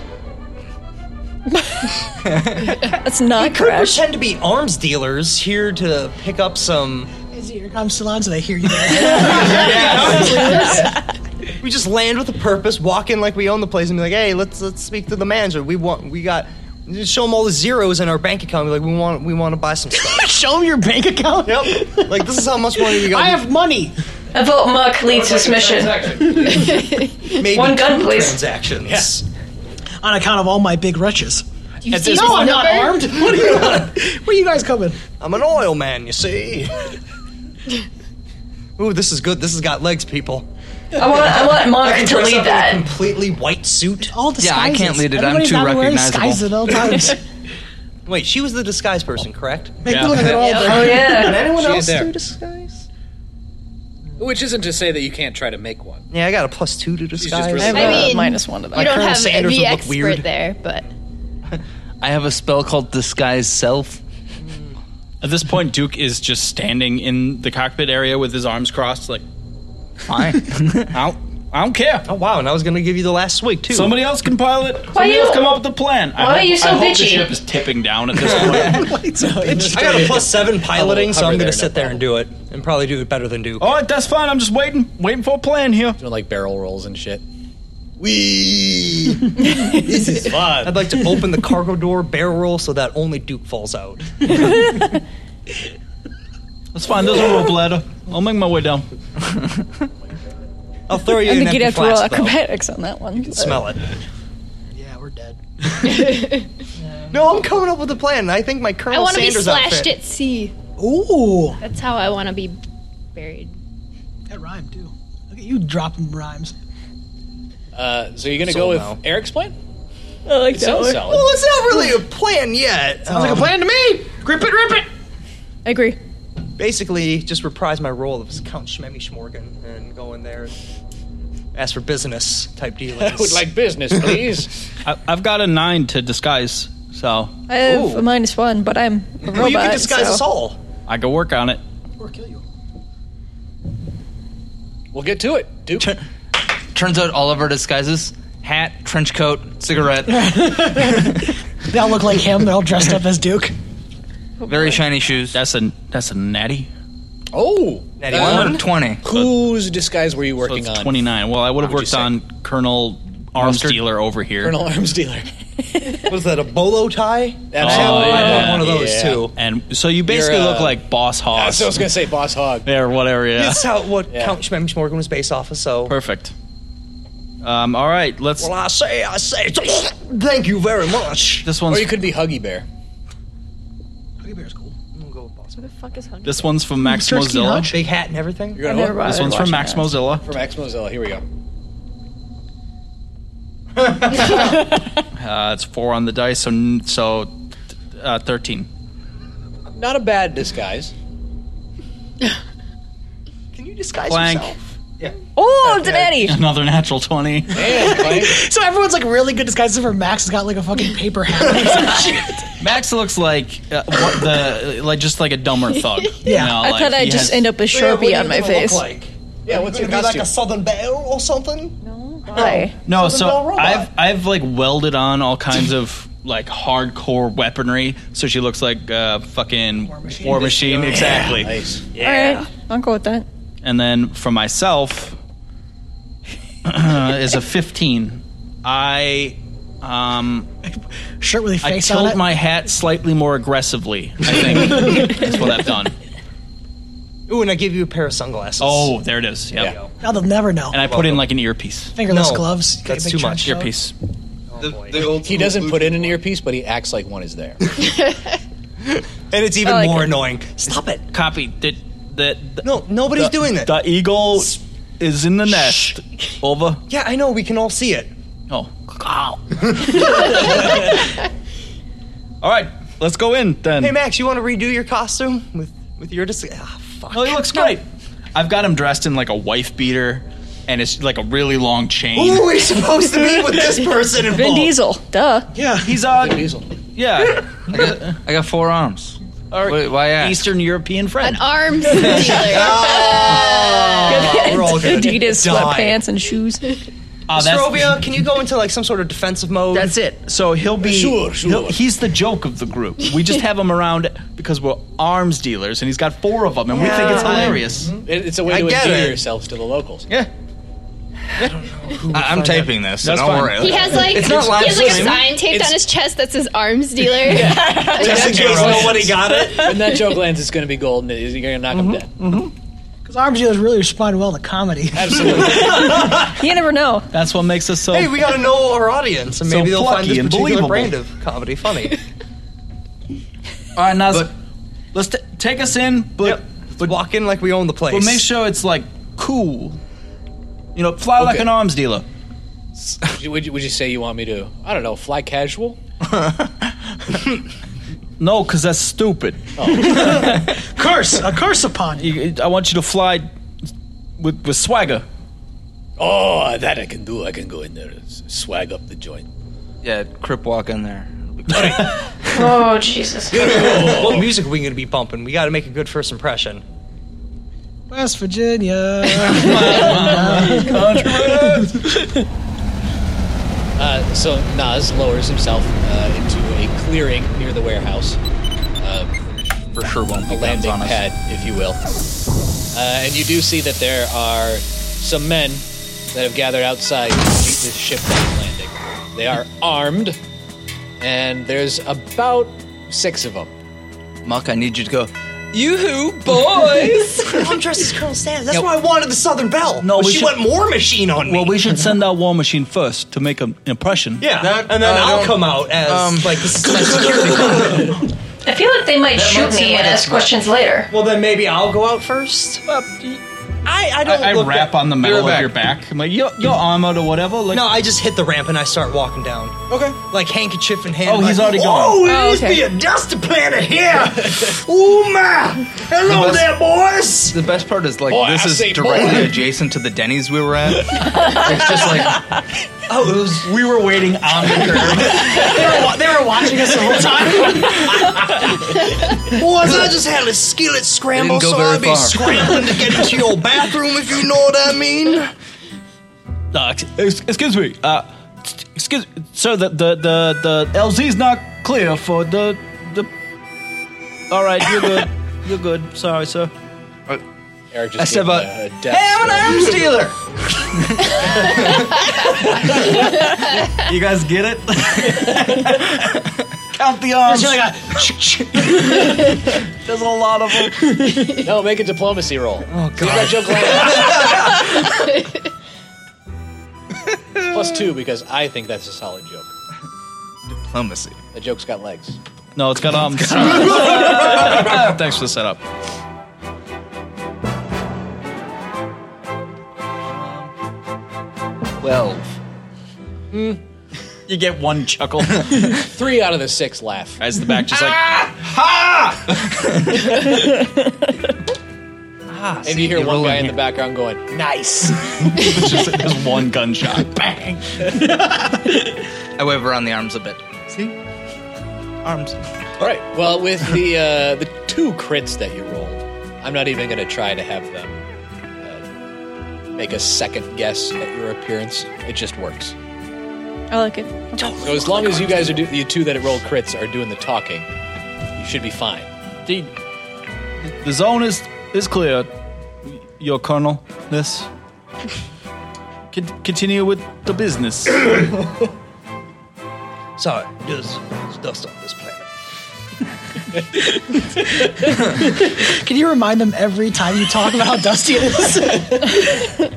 Speaker 2: That's not we could pretend to be arms dealers here to pick up some.
Speaker 7: Is it your I'm Salons and I hear you.
Speaker 2: We just land with a purpose, walk in like we own the place, and be like, "Hey, let's let's speak to the manager. We want, we got." Just show them all the zeros in our bank account. Be like, we want, we want to buy some stuff.
Speaker 7: Show him your bank account.
Speaker 2: Yep. Like this is how much money we got.
Speaker 7: I have money.
Speaker 4: A vote muck leads this mission.
Speaker 2: Maybe
Speaker 4: One gun,
Speaker 2: two
Speaker 4: please.
Speaker 2: Transactions.
Speaker 7: On account of all my big riches.
Speaker 4: you
Speaker 2: see
Speaker 7: no,
Speaker 2: his
Speaker 7: I'm not
Speaker 2: number?
Speaker 7: armed. What are you? Where are you guys coming?
Speaker 2: I'm an oil man, you see. Ooh, this is good. This has got legs, people.
Speaker 4: I want- I want Monk
Speaker 2: can
Speaker 4: to
Speaker 2: dress
Speaker 4: lead
Speaker 2: up in A
Speaker 4: that.
Speaker 2: completely white suit.
Speaker 7: All
Speaker 9: Yeah, I can't lead it.
Speaker 7: Everybody's
Speaker 9: I'm too
Speaker 7: not wearing
Speaker 9: recognizable.
Speaker 7: disguises at all times.
Speaker 2: Wait, she was the disguise person, correct?
Speaker 7: Make me look
Speaker 2: Oh,
Speaker 7: at all
Speaker 8: Oh,
Speaker 7: the-
Speaker 2: Did anyone
Speaker 8: She
Speaker 2: else
Speaker 8: is there.
Speaker 2: do disguise?
Speaker 8: Which isn't to say that you can't try to make one.
Speaker 2: Yeah, I got a plus two to
Speaker 8: just
Speaker 2: disguise.
Speaker 8: really I
Speaker 6: I mean,
Speaker 2: Like
Speaker 6: You don't
Speaker 2: Colonel
Speaker 6: have
Speaker 2: Sanders
Speaker 6: the
Speaker 2: would look
Speaker 6: expert
Speaker 2: weird.
Speaker 6: there, but
Speaker 9: I have a spell called Disguise Self.
Speaker 5: At this point, Duke is just standing in the cockpit area with his arms crossed, like, fine. I, don't, I don't care.
Speaker 2: Oh, wow, and I was going to give you the last swig, too.
Speaker 5: Somebody else can pilot. Somebody
Speaker 2: you-
Speaker 5: else come up with a plan.
Speaker 2: why
Speaker 5: I
Speaker 2: are
Speaker 5: hope-
Speaker 2: you so
Speaker 5: I hope the
Speaker 2: bitchy?
Speaker 5: ship is tipping down at this point.
Speaker 2: I got a plus seven piloting, so
Speaker 5: Hover
Speaker 2: I'm going
Speaker 5: there,
Speaker 2: to sit there and do it, and probably do it better than Duke.
Speaker 5: All right, that's fine. I'm just waiting, waiting for a plan here.
Speaker 8: Doing like barrel rolls and shit.
Speaker 2: Wee! Oh, this is fun. I'd like to open the cargo door barrel roll so that only Duke falls out.
Speaker 5: That's fine. There's a rope ladder. I'll make my way down.
Speaker 2: I'll throw
Speaker 11: I
Speaker 2: you an
Speaker 11: think
Speaker 2: empty
Speaker 11: you'd have to roll
Speaker 2: flask, though.
Speaker 11: acrobatics on that one.
Speaker 2: Smell it. No, I'm coming up with a plan. I think my
Speaker 6: I
Speaker 2: Colonel
Speaker 6: want to be
Speaker 2: Sanders
Speaker 6: slashed
Speaker 2: outfit.
Speaker 6: at sea.
Speaker 7: Ooh,
Speaker 6: That's how I want to be buried.
Speaker 7: that rhymed too. Look at you dropping rhymes.
Speaker 8: Uh, so you're gonna
Speaker 7: So
Speaker 8: go with
Speaker 7: now.
Speaker 8: Eric's plan?
Speaker 7: I like
Speaker 8: It that sounds one. solid.
Speaker 2: Well, it's not really a plan yet.
Speaker 7: Sounds like a plan to me. Grip it, rip it.
Speaker 11: I agree.
Speaker 2: Basically, just reprise my role of Count Schmemmy Schmorgan and go in there and ask for business type dealings.
Speaker 8: I would like business, please.
Speaker 5: I, I've got a nine to disguise, so
Speaker 11: I have a minus one, but I'm a robot.
Speaker 2: Well, you can disguise
Speaker 11: so.
Speaker 2: us all.
Speaker 5: I can work on it.
Speaker 8: We'll get to it, Duke.
Speaker 9: Turns out all of our disguises hat, trench coat, cigarette,
Speaker 7: They all look like him. They're all dressed up as Duke.
Speaker 9: very shiny shoes.
Speaker 5: That's a that's a natty.
Speaker 8: Oh,
Speaker 9: Natty one? 20.
Speaker 8: Whose disguise were you working on?
Speaker 5: Twenty nine. Well, I would have
Speaker 8: What would
Speaker 5: worked
Speaker 8: you
Speaker 5: on Colonel Arms Dealer over here.
Speaker 8: Colonel Arms Dealer.
Speaker 2: Was that a bolo tie?
Speaker 8: Absolutely.
Speaker 2: I want
Speaker 5: Oh, yeah.
Speaker 2: one of those
Speaker 8: Yeah.
Speaker 2: too.
Speaker 5: And so you basically
Speaker 8: You're, uh,
Speaker 5: look like Boss Hoss.
Speaker 8: That's what I was gonna say, Boss Hog.
Speaker 5: Yeah, or whatever. Yeah.
Speaker 2: That's how what Count Schmemmy Schmorgan was based off of. So,
Speaker 5: Perfect. Um, all right, let's.
Speaker 2: well, I say, I say, thank you very much.
Speaker 5: this
Speaker 8: Or
Speaker 5: one's
Speaker 8: you could be Huggy Bear.
Speaker 7: Huggy Bear's cool.
Speaker 2: I'm gonna go with boss.
Speaker 11: Who the fuck is hungry?
Speaker 5: this one's from Max Mozilla.
Speaker 2: Big hat and everything.
Speaker 8: You're gonna
Speaker 5: This one's from Max Mozilla.
Speaker 8: from Max Mozilla. Here we go.
Speaker 5: Uh, it's four on the dice, so n- so uh, thirteen.
Speaker 8: Not a bad disguise.
Speaker 2: Can you disguise
Speaker 5: Blank.
Speaker 2: yourself?
Speaker 11: Oh, Danny.
Speaker 5: Another natural 20.
Speaker 7: so everyone's like really good disguises for Max has got like a fucking paper hat. or some shit.
Speaker 5: Max looks like uh, what the like just like a dumber thug.
Speaker 11: Yeah. I thought I'd just end up with Sharpie
Speaker 2: what
Speaker 11: on
Speaker 2: do
Speaker 11: my
Speaker 2: you look
Speaker 11: face.
Speaker 2: like?
Speaker 8: Yeah,
Speaker 2: what's your like a Southern Belle or something? No. Why?
Speaker 5: No, so
Speaker 2: Bell robot.
Speaker 5: I've I've like welded on all kinds of like hardcore weaponry, so she looks like uh, fucking war machine.
Speaker 11: Yeah.
Speaker 5: exactly.
Speaker 11: All right. I'll go with that.
Speaker 5: And then for myself uh, is a fifteen. I um
Speaker 7: shirt with a
Speaker 5: I
Speaker 7: face on
Speaker 5: tilt
Speaker 7: it.
Speaker 5: my hat slightly more aggressively. I think that's what I've done.
Speaker 2: Ooh, and I gave you a pair of sunglasses.
Speaker 5: Oh, there it is. Yep.
Speaker 7: Now they'll never know.
Speaker 5: And I put in like an earpiece.
Speaker 7: Fingerless No, gloves, got a that's big too trench much. coat.
Speaker 5: Earpiece.
Speaker 8: he doesn't put in an earpiece, but he acts like one is there.
Speaker 2: and it's even
Speaker 8: I like
Speaker 2: more
Speaker 8: it.
Speaker 2: annoying. Stop it.
Speaker 5: Copy. Did that?
Speaker 2: No, nobody's
Speaker 5: the-
Speaker 2: doing that.
Speaker 5: The eagle is in the nest. Over.
Speaker 2: Yeah, I know. We can all see it.
Speaker 5: Oh. All right, let's go in then.
Speaker 2: Hey, Max, you want to redo your costume with with your dis? Ah, fuck.
Speaker 5: No, he looks great. I've got him dressed in like a wife beater, and it's like a really long chain.
Speaker 2: Who are we supposed to be with this person involved?
Speaker 11: Vin Diesel. Duh.
Speaker 5: Yeah, he's uh, Yeah,
Speaker 9: I got, I got four arms. Why, why ask?
Speaker 5: Eastern European friend.
Speaker 6: An arm dealer.
Speaker 2: we're all gonna
Speaker 11: Adidas
Speaker 2: die.
Speaker 11: sweatpants and shoes.
Speaker 5: Ah, that's-
Speaker 2: Strovia, can you go into like some sort of defensive mode?
Speaker 5: That's it. So he'll be
Speaker 2: Sure, sure.
Speaker 5: he'll- he's the joke of the group. We just have him around because we're arms dealers, and he's got four of them, and we think it's
Speaker 2: Mm-hmm.
Speaker 5: hilarious.
Speaker 8: It- it's a way
Speaker 5: I
Speaker 8: to
Speaker 5: get
Speaker 8: endear
Speaker 5: it.
Speaker 8: yourselves to the locals.
Speaker 5: Yeah.
Speaker 9: I, am taping this. So
Speaker 8: That's
Speaker 9: don't
Speaker 8: fine.
Speaker 9: worry.
Speaker 6: He has like
Speaker 9: it's not live
Speaker 6: he has like a
Speaker 9: stream.
Speaker 6: sign taped on his chest that says arms dealer. Like,
Speaker 8: When
Speaker 6: that's-
Speaker 8: that
Speaker 2: case
Speaker 8: joke
Speaker 2: nobody
Speaker 8: lands-
Speaker 2: got it.
Speaker 8: When that joke lands, it's going to be golden. You're going to knock him dead.
Speaker 5: Mm-hmm.
Speaker 7: Because arm dealers really respond well to comedy.
Speaker 11: Absolutely. you never know.
Speaker 5: That's what makes us so.
Speaker 2: Hey, we gotta know our audience, and
Speaker 5: So
Speaker 2: maybe they'll find this
Speaker 5: plucky and
Speaker 2: particular
Speaker 5: believable.
Speaker 2: brand of comedy funny.
Speaker 5: All right, Naz, let's t- take us in, but, but
Speaker 2: walk in like we own the place.
Speaker 5: But make sure it's like cool. You know, fly like
Speaker 8: Okay.
Speaker 5: an arms dealer.
Speaker 8: Would you- would, you, would you say you want me to, I don't know, fly casual?
Speaker 5: No, because that's stupid.
Speaker 7: curse, a curse upon you.
Speaker 5: Oh. You- I want you to fly with with swagger.
Speaker 8: Oh, that I can do. I can go in there and s- swag up the joint.
Speaker 9: Yeah, crip walk in there.
Speaker 4: Oh Jesus.
Speaker 2: what music are we gonna be bumping? We gotta make a good first impression.
Speaker 7: West Virginia.
Speaker 8: Uh, so Nas lowers himself uh, into a clearing near the warehouse. Uh,
Speaker 9: For sure won't
Speaker 8: a
Speaker 9: be guns
Speaker 8: landing
Speaker 9: on us.
Speaker 8: pad, if you will. Uh, and you do see that there are some men that have gathered outside to meet this ship that is landing. They are armed, and there's about six of them.
Speaker 9: Muck, I need you to go.
Speaker 2: Yoo-hoo,
Speaker 9: boys!
Speaker 2: I'm dressed as Colonel Sanders. That's why I wanted the Southern Belle.
Speaker 5: No,
Speaker 2: But
Speaker 5: we
Speaker 2: she
Speaker 5: should-
Speaker 2: went War Machine on me.
Speaker 5: Well, we should send out War Machine first to make an impression.
Speaker 2: yeah, and then
Speaker 5: I
Speaker 2: I'll
Speaker 5: don't-
Speaker 2: come out as
Speaker 5: um,
Speaker 2: like this is my security guard.
Speaker 4: I feel like they might shoot
Speaker 2: seem
Speaker 4: me
Speaker 2: like
Speaker 4: and
Speaker 2: a
Speaker 4: ask
Speaker 2: smart-
Speaker 4: questions later.
Speaker 2: Well, then maybe I'll go out first. I I don't.
Speaker 5: I,
Speaker 2: look
Speaker 5: rap
Speaker 2: that-
Speaker 5: on the metal of your back. I'm like, yo, yo, armored or whatever. Like,
Speaker 2: No, I just hit the ramp and I start walking down. Okay. Like handkerchief in hand.
Speaker 5: Oh, he's
Speaker 2: like,
Speaker 5: already gone.
Speaker 2: Oh,
Speaker 5: Oh,
Speaker 2: there's
Speaker 5: okay.
Speaker 2: be a dusty planet here. Ooh my! Hello
Speaker 9: best-
Speaker 2: there, boys.
Speaker 9: The best part is like
Speaker 2: Boy,
Speaker 9: this
Speaker 2: I
Speaker 9: is
Speaker 2: say
Speaker 9: directly
Speaker 2: boy.
Speaker 9: adjacent to the Denny's we were at. it's just like
Speaker 2: oh,
Speaker 5: we were waiting on the
Speaker 7: they, were, wa- they were watching us the whole time.
Speaker 2: Boys, I just had a skillet scramble,
Speaker 9: It didn't
Speaker 2: so
Speaker 9: go very
Speaker 2: I'd be
Speaker 9: far.
Speaker 2: scrambling to get into your bathroom, if you know what I mean.
Speaker 5: Uh, ex- excuse me. Uh, ex- excuse, sir. The the the the LZ's not clear for the the. All right, you're good. You're good. Sorry, sir.
Speaker 8: Eric
Speaker 5: I
Speaker 8: just
Speaker 5: said
Speaker 8: gave
Speaker 5: about-
Speaker 8: a, a
Speaker 5: Hey, I'm an arms
Speaker 9: dealer.
Speaker 5: You guys get it? Count the arms. Um, There's a lot of
Speaker 8: them. no, make a diplomacy roll. Oh God! that joke lands. Plus two because I think that's a solid joke.
Speaker 9: diplomacy.
Speaker 8: That joke's got legs.
Speaker 5: No, it's got arms. Thanks for the setup.
Speaker 9: Twelve.
Speaker 5: You get one chuckle.
Speaker 8: Hmm. Three out of the six laugh.
Speaker 3: Ah!
Speaker 8: Ah!
Speaker 5: As the back just like, ha!
Speaker 9: Ah,
Speaker 8: and you hear one guy in the background going, "Nice."
Speaker 5: It's just, just one gunshot. Bang.
Speaker 9: I wave around the arms a bit. See? Arms.
Speaker 8: All right. Well, with the uh, the two crits that you rolled, I'm not even going to try to have them uh, make a second guess at your appearance. It just works.
Speaker 11: I like it.
Speaker 8: So as long as you guys are do- the two that rolled crits are doing the talking, you should be fine.
Speaker 5: Dude, The zone is is clear. Your colonel, this. Con- continue with the business.
Speaker 2: Sorry, there's, there's dust on this planet.
Speaker 7: Can you remind them every time you talk about how dusty it is?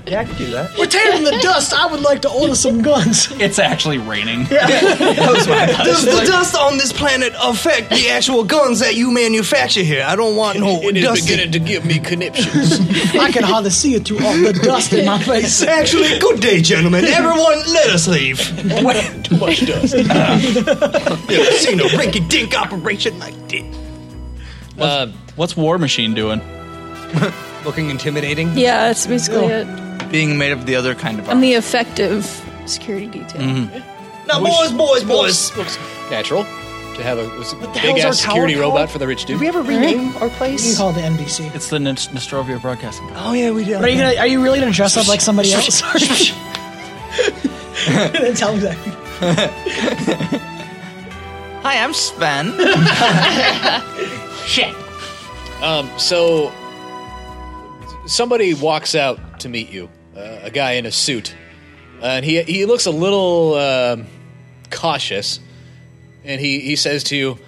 Speaker 2: Yeah, I could do that.
Speaker 7: We're tearing the dust. I would like to order some guns.
Speaker 5: It's actually raining.
Speaker 2: Does the dust on this planet affect the actual guns that you manufacture here? I don't want no
Speaker 7: It is
Speaker 2: dust.
Speaker 7: beginning
Speaker 8: to give me conniptions.
Speaker 7: I can hardly see it through all the dust in my face.
Speaker 2: Actually, good day, gentlemen. Everyone, let us leave.
Speaker 8: Too much dust.
Speaker 2: Never seen a rinky dink operation like this.
Speaker 5: What's,
Speaker 9: Uh,
Speaker 5: what's War Machine doing?
Speaker 2: Looking intimidating.
Speaker 11: Yeah, that's basically it.
Speaker 9: Being made of the other kind of Mm-hmm.
Speaker 11: I'm the effective security detail.
Speaker 2: Mm-hmm. Now,
Speaker 8: Which
Speaker 2: boys, boys,
Speaker 8: looks- Looks natural to have a big
Speaker 7: hell's our
Speaker 8: ass security
Speaker 7: tower called?
Speaker 8: robot for the rich dude.
Speaker 7: Did we ever rename our place? We called the NBC.
Speaker 5: It's the Nost- Nostrovia Broadcasting.
Speaker 7: Oh yeah, we did. Are you gonna? Are you really gonna dress up like somebody else? and then tell them that.
Speaker 9: Hi, I'm Sven.
Speaker 8: Shit. Um, so somebody walks out to meet you, uh, a guy in a suit, and he he looks a little um, cautious, and he he says to you,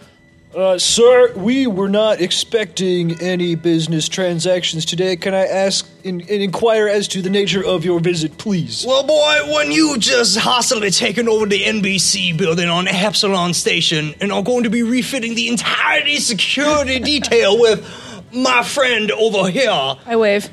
Speaker 13: Uh, sir, we were not expecting any business transactions today. Can I ask and and inquire as to the nature of your visit, please?
Speaker 2: Well, boy, when you just hastily taken over the NBC building on Epsilon Station and are going to be refitting the entirety security detail with my friend over here.
Speaker 11: I wave.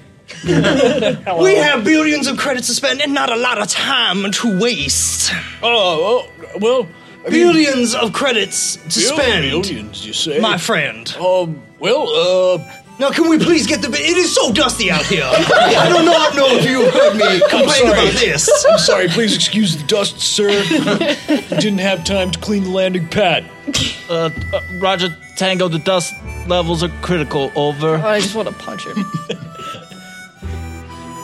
Speaker 2: We have billions of credits to spend and not a lot of time to waste.
Speaker 13: Oh, well,
Speaker 2: billions of credits to
Speaker 13: Bill-
Speaker 2: spend.
Speaker 13: Billions, you say?
Speaker 2: my friend.
Speaker 13: Um, well, uh.
Speaker 2: Now, can we please get the. bi- It is so dusty out here. I do not know if you heard me
Speaker 13: I'm
Speaker 2: complain
Speaker 13: sorry.
Speaker 2: about this.
Speaker 13: I'm sorry. Please excuse the dust, sir. Didn't have time to clean the landing pad.
Speaker 5: Uh, uh, Roger Tango, the dust levels are critical. Over.
Speaker 11: I just want to punch him.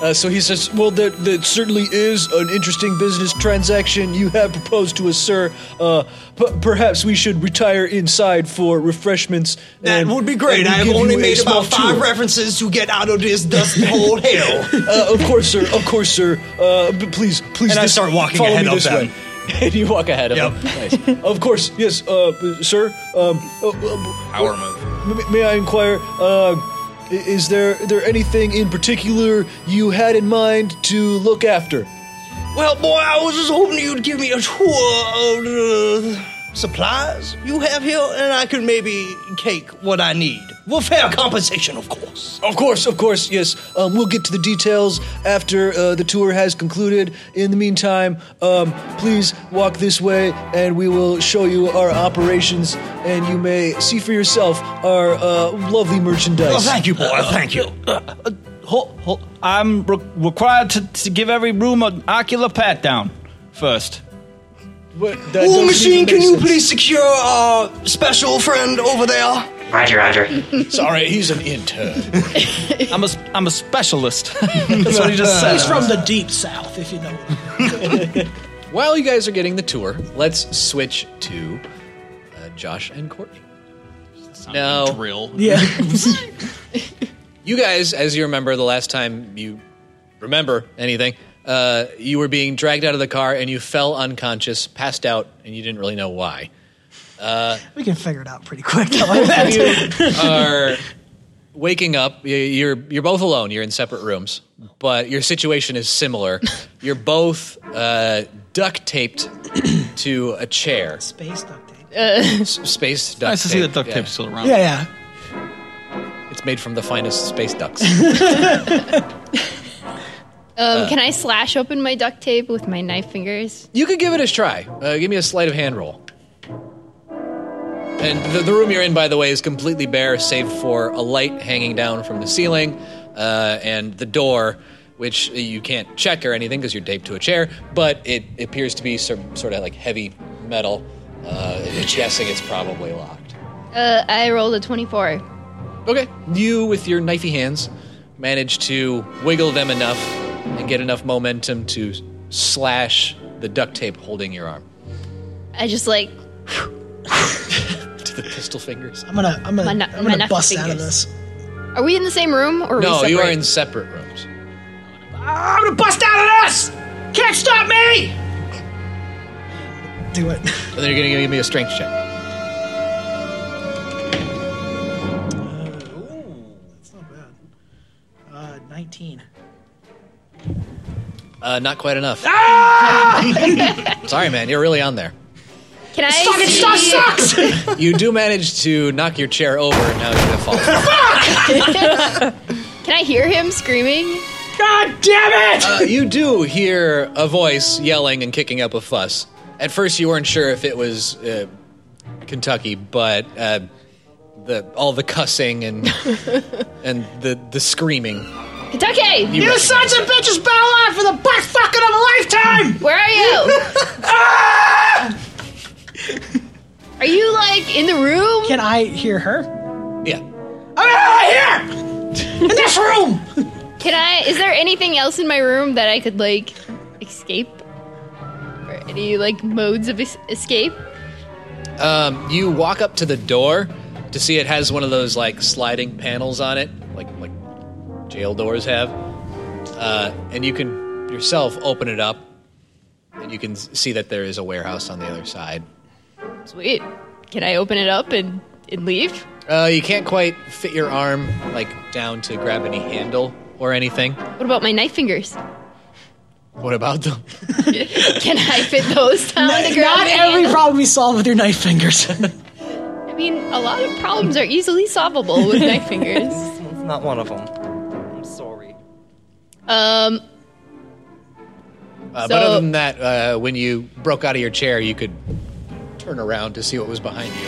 Speaker 13: Uh, so he says, "Well, there, there certainly is an interesting business transaction you have proposed to us, sir. Uh, p- perhaps we should retire inside for refreshments.
Speaker 2: That
Speaker 13: and-
Speaker 2: would be great.
Speaker 13: and we'll
Speaker 2: I have
Speaker 13: give
Speaker 2: only
Speaker 13: you a
Speaker 2: made
Speaker 13: small
Speaker 2: about five
Speaker 13: tour."
Speaker 2: references to get out of this dusty hole hell.
Speaker 13: Uh, of course, sir. Of course, sir. Uh, but please, please.
Speaker 2: And I
Speaker 13: this-
Speaker 2: start walking
Speaker 13: follow
Speaker 2: ahead
Speaker 13: me
Speaker 2: of
Speaker 13: this
Speaker 2: them.
Speaker 13: way. And you walk ahead of him. Nice. of course, yes, uh, sir. Um, uh, uh,
Speaker 9: Power move.
Speaker 13: May, may I inquire? Uh, i- is there there anything in particular you had in mind to look after?
Speaker 2: Well, boy, I was just hoping you'd give me a tour of the supplies you have here, and I could maybe cake what I need. Well, fair compensation, of course.
Speaker 13: Of course, of course, yes. Um, we'll get to the details after uh, the tour has concluded. In the meantime, um, please walk this way, and we will show you our operations, and you may see for yourself our uh, lovely merchandise.
Speaker 2: Oh, thank you, boy.
Speaker 8: Uh,
Speaker 2: thank you.
Speaker 5: Ho- ho- I'm re- required to, to give every room an ocular pat down first.
Speaker 13: What,
Speaker 2: War machine, can you please secure our special friend over there?
Speaker 5: Roger, Roger.
Speaker 8: Sorry, he's an intern.
Speaker 5: I'm a, s- I'm a specialist. That's what he just said.
Speaker 7: He's from the deep south, if you know.
Speaker 8: While you guys are getting the tour, let's switch to uh, Josh and Courtney. No
Speaker 9: drill.
Speaker 7: Yeah.
Speaker 8: you guys, as you remember, the last time you remember anything, uh, you were being dragged out of the car and you fell unconscious, passed out, and you didn't really know why. Uh,
Speaker 7: We can figure it out pretty quick. I like that.
Speaker 8: you are waking up. You- You're you're both alone. You're in separate rooms, but your situation is similar. You're both uh, duct taped to a chair.
Speaker 7: Space duct tape. Uh,
Speaker 8: S- space duct
Speaker 5: nice to see
Speaker 8: tape.
Speaker 5: that duct
Speaker 8: yeah.
Speaker 5: tape's still around.
Speaker 7: Yeah, yeah.
Speaker 8: It's made from the finest space ducks.
Speaker 6: Um,
Speaker 8: Uh.
Speaker 6: can I slash open my duct tape with my knife fingers?
Speaker 8: You could give it a try. Uh, give me a sleight of hand roll. And the, the room you're in, by the way, is completely bare, save for a light hanging down from the ceiling. uh, and the door, which you can't check or anything because you're taped to a chair, but it appears to be some sort of like heavy metal. Uh, I'm guessing it's probably locked.
Speaker 6: Uh, I rolled a 24.
Speaker 8: Okay. You, with your knifey hands, manage to wiggle them enough and get enough momentum to slash the duct tape holding your arm
Speaker 6: I just like
Speaker 8: to the pistol fingers.
Speaker 7: I'm gonna, I'm gonna,
Speaker 6: My nu-
Speaker 7: I'm
Speaker 6: my
Speaker 7: gonna
Speaker 6: knuckle
Speaker 7: bust out of
Speaker 6: fingers.
Speaker 7: this.
Speaker 6: Are we in the same room or are
Speaker 8: no,
Speaker 6: we
Speaker 8: you are
Speaker 6: separate?
Speaker 8: in Ah, separate rooms.
Speaker 7: I'm gonna bust out of this. Can't stop me. Do it.
Speaker 8: And then you're going to give me a strength check.
Speaker 7: Oh, Uh, 19.
Speaker 8: Uh, not quite enough.
Speaker 7: Ah!
Speaker 8: Sorry, man. You're really on there.
Speaker 6: Can I?
Speaker 7: This fucking
Speaker 6: see-
Speaker 7: stuff sucks!
Speaker 8: You do manage to knock your chair over, and now you're going to fall.
Speaker 6: Can I hear him screaming?
Speaker 7: God damn
Speaker 8: Uh, you do hear a voice yelling and kicking up a fuss. At first, you weren't sure if it was uh, Kentucky, but uh, the all the cussing and and the the screaming.
Speaker 6: Kentucky!
Speaker 8: You You sons
Speaker 7: of bitches better line for the butt fucking of a lifetime!
Speaker 6: Where are you?
Speaker 7: Ah!
Speaker 6: are you like in the room?
Speaker 7: Can I hear her?
Speaker 8: Yeah.
Speaker 7: I'm out of here! In this room!
Speaker 6: Can I? Is there anything else in my room that I could like escape? Or any like modes of es- escape?
Speaker 8: Um, you walk up to the door to see it has one of those like sliding panels on it, like like jail doors have, uh, and you can yourself open it up, and you can s- see that there is a warehouse on the other side.
Speaker 6: Sweet. Can I open it up and, and leave?
Speaker 8: Uh, you can't quite fit your arm like down to grab any handle or anything.
Speaker 6: What about my knife fingers?
Speaker 8: What about them?
Speaker 6: Can I fit those down
Speaker 7: Not
Speaker 6: the ground?
Speaker 7: not every problem we solve with your knife fingers.
Speaker 6: I mean, a lot of problems are easily solvable with knife fingers.
Speaker 2: It's not one of them. I'm sorry.
Speaker 6: Um,
Speaker 8: Uh,
Speaker 6: So-
Speaker 8: but other than that, uh, when you broke out of your chair, you could turn around to see what was behind you.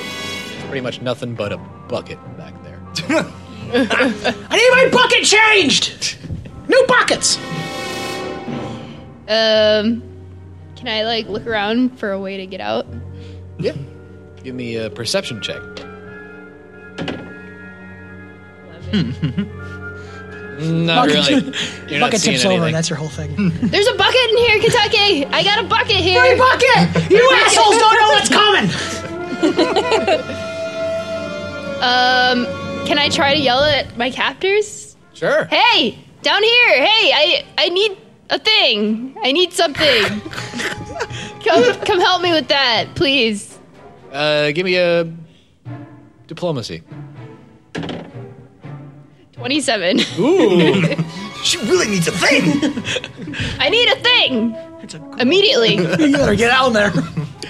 Speaker 8: It's pretty much nothing but a bucket back there.
Speaker 7: I need my bucket changed! New buckets!
Speaker 6: um, can I like look around for a way to get out?
Speaker 8: Yeah. Give me a perception check. Not
Speaker 7: Bucket-
Speaker 8: really. You're not
Speaker 7: bucket
Speaker 8: seeing
Speaker 7: tips over,
Speaker 8: anything. Hmm.
Speaker 7: that's your whole thing.
Speaker 6: There's a bucket in here, Kentucky. I got a bucket here.
Speaker 7: Free bucket! You assholes don't know what's coming!
Speaker 6: Um, can I try to yell at my captors?
Speaker 8: Sure.
Speaker 6: Hey, down here. Hey, I I need a thing. I need something. come come help me with that, please.
Speaker 8: Uh, give me a diplomacy.
Speaker 6: 27.
Speaker 8: Ooh.
Speaker 2: she really needs a thing.
Speaker 6: I need a thing. Immediately.
Speaker 7: you better get out there.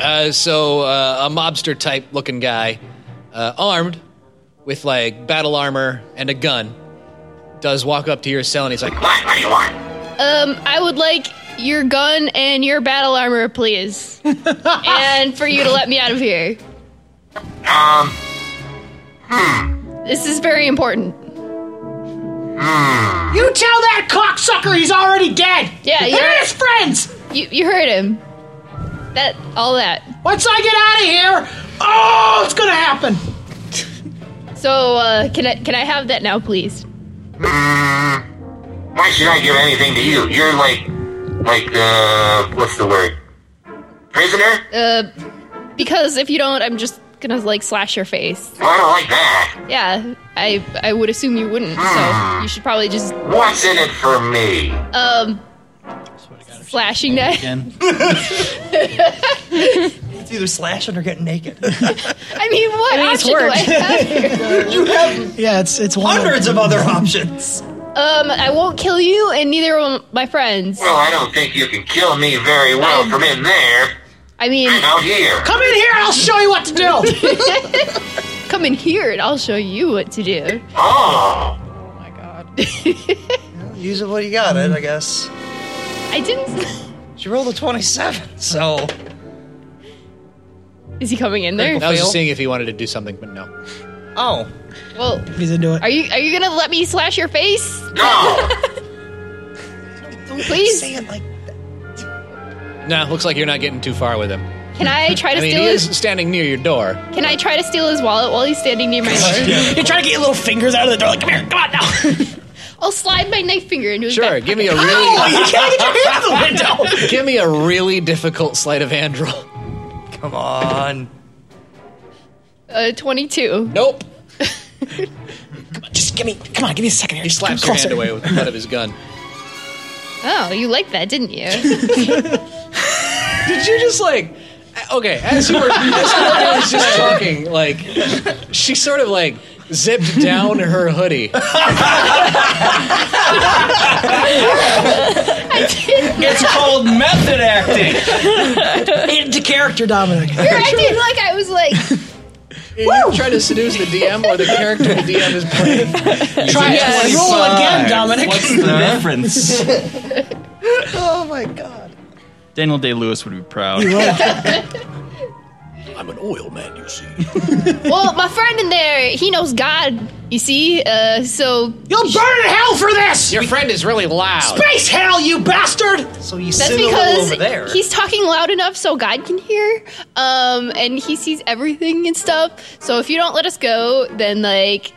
Speaker 8: Uh, so uh, a mobster type looking guy, uh, armed with like battle armor and a gun, does walk up to your cell and he's like, "What? What do you want?"
Speaker 6: Um, I would like your gun and your battle armor, please. and for you to let me out of here.
Speaker 3: Um,
Speaker 6: This is very important.
Speaker 7: You tell that cocksucker he's already dead!
Speaker 6: Yeah,
Speaker 7: you
Speaker 6: you're-
Speaker 7: his friends!
Speaker 6: You you heard him. That all that.
Speaker 7: Once I get out of here, oh, it's gonna happen!
Speaker 6: So uh, can I can I have that now, please?
Speaker 14: Mm, why should I give anything to you? You're like, like, uh, what's the word? Prisoner?
Speaker 6: Uh, because if you don't, I'm just gonna like slash your face.
Speaker 14: Well, I don't like that. Hmm.
Speaker 6: Yeah, I I would assume you wouldn't. So you should probably just
Speaker 14: What's in it for me?
Speaker 6: um slashing that.
Speaker 2: It's either slashing or getting naked.
Speaker 6: I mean, what
Speaker 11: I mean, it's
Speaker 6: option do I
Speaker 11: worked.
Speaker 6: have here?
Speaker 2: You have
Speaker 7: yeah, it's it's
Speaker 2: hundreds of other options.
Speaker 6: Um, I won't kill you, and neither will my friends.
Speaker 14: Well, I don't think you can kill me very well from in there.
Speaker 6: I mean,
Speaker 14: Out here.
Speaker 7: Come in here, I'll show you what to do!
Speaker 6: come in here, and I'll show you what to do.
Speaker 14: Oh.
Speaker 2: Use it while you got it, I guess.
Speaker 6: I didn't.
Speaker 2: She rolled a 27, so.
Speaker 6: Is he coming in there?
Speaker 8: I was just seeing if he wanted to do something, but no.
Speaker 2: Oh.
Speaker 6: Well,
Speaker 7: He's into it.
Speaker 6: are you are you gonna let me slash your face?
Speaker 1: No.
Speaker 6: Please.
Speaker 8: Nah, looks like you're not getting too far with him.
Speaker 6: Can I try to
Speaker 8: I mean,
Speaker 6: steal
Speaker 8: he
Speaker 6: his?
Speaker 8: is standing near your door.
Speaker 6: Can I try to steal his wallet while he's standing near my door?
Speaker 7: You're trying to get your little fingers out of the door. Like, come here, come on now.
Speaker 6: I'll slide my knife finger into his.
Speaker 8: Sure,
Speaker 6: back
Speaker 8: give me a
Speaker 6: pocket.
Speaker 8: really.
Speaker 7: Oh, out the window.
Speaker 8: give me a really difficult sleight of hand roll.
Speaker 2: Come on.
Speaker 6: Uh, Twenty-two.
Speaker 8: Nope.
Speaker 7: Just give me. Come on, give me a second here.
Speaker 8: He
Speaker 7: Just
Speaker 8: slaps
Speaker 7: come
Speaker 8: your hand
Speaker 7: closer.
Speaker 8: away with the butt of his gun.
Speaker 6: Oh, you liked that, didn't you?
Speaker 8: Did you just like? Okay, as you were, as Courtney was just talking, like she sort of like zipped down her hoodie.
Speaker 7: It's called method acting. Into character, Dominic.
Speaker 6: You're acting like I was like.
Speaker 8: Are you trying to seduce the DM or the character the DM is playing?
Speaker 7: Try it. Roll again, Dominic.
Speaker 5: What's the difference?
Speaker 7: oh my god.
Speaker 5: Daniel Day Lewis would be proud.
Speaker 7: He would.
Speaker 5: I'm an oil man, you see.
Speaker 6: well, my friend in there, he knows God. You see, uh, so
Speaker 7: you'll burn in hell for this.
Speaker 8: Your friend is really loud.
Speaker 7: Space hell, you bastard! So you
Speaker 6: That's because he's talking loud enough so God can hear, um, and he sees everything and stuff. So if you don't let us go, then like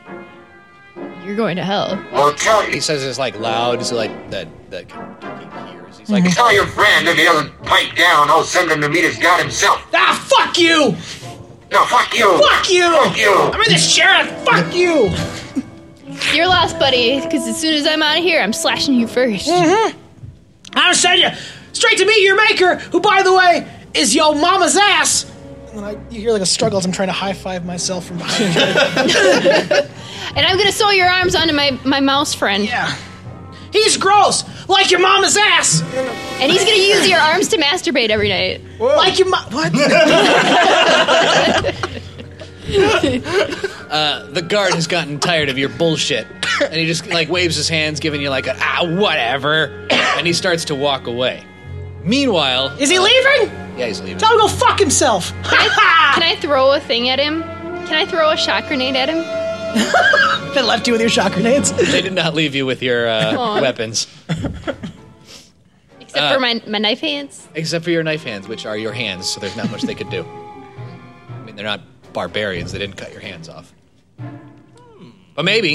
Speaker 6: you're going to hell.
Speaker 8: He says it's like loud, so like that that
Speaker 1: It's
Speaker 8: Mhm.
Speaker 1: like, tell your friend if he doesn't pipe down, I'll send him to meet his god himself.
Speaker 7: Ah, fuck you!
Speaker 1: No, fuck you!
Speaker 7: Fuck you!
Speaker 1: Fuck you!
Speaker 7: I'm in the sheriff. Fuck you.
Speaker 6: You're lost, buddy. Because as soon as I'm out of here, I'm slashing you 1st
Speaker 7: Mm-hmm. I'm gonna send you straight to meet your maker, who, by the way, is your mama's ass. And then I, you hear like a struggle as I'm trying to high five myself from behind.
Speaker 6: and I'm gonna sew your arms onto my my mouse friend.
Speaker 7: Yeah. He's gross, like your mama's ass.
Speaker 6: And he's gonna use your arms to masturbate every night.
Speaker 7: Like your mom. What?
Speaker 8: Uh, the guard has gotten tired of your bullshit, and he just like waves his hands, giving you like a ah whatever, and he starts to walk away. Meanwhile,
Speaker 7: Is he leaving?
Speaker 8: yeah, he's leaving.
Speaker 7: Tell him to go fuck himself.
Speaker 6: Can I, can I throw a thing at him? Can I throw a shot grenade at him?
Speaker 7: They left you with your shot grenades.
Speaker 8: They did not leave you with your uh,
Speaker 6: Aw.
Speaker 8: weapons,
Speaker 6: Except
Speaker 8: Uh,
Speaker 6: for my, my knife hands.
Speaker 8: except for your knife hands, which are your hands. So there's not much they could do. I mean, they're not barbarians; they didn't cut your hands off. But maybe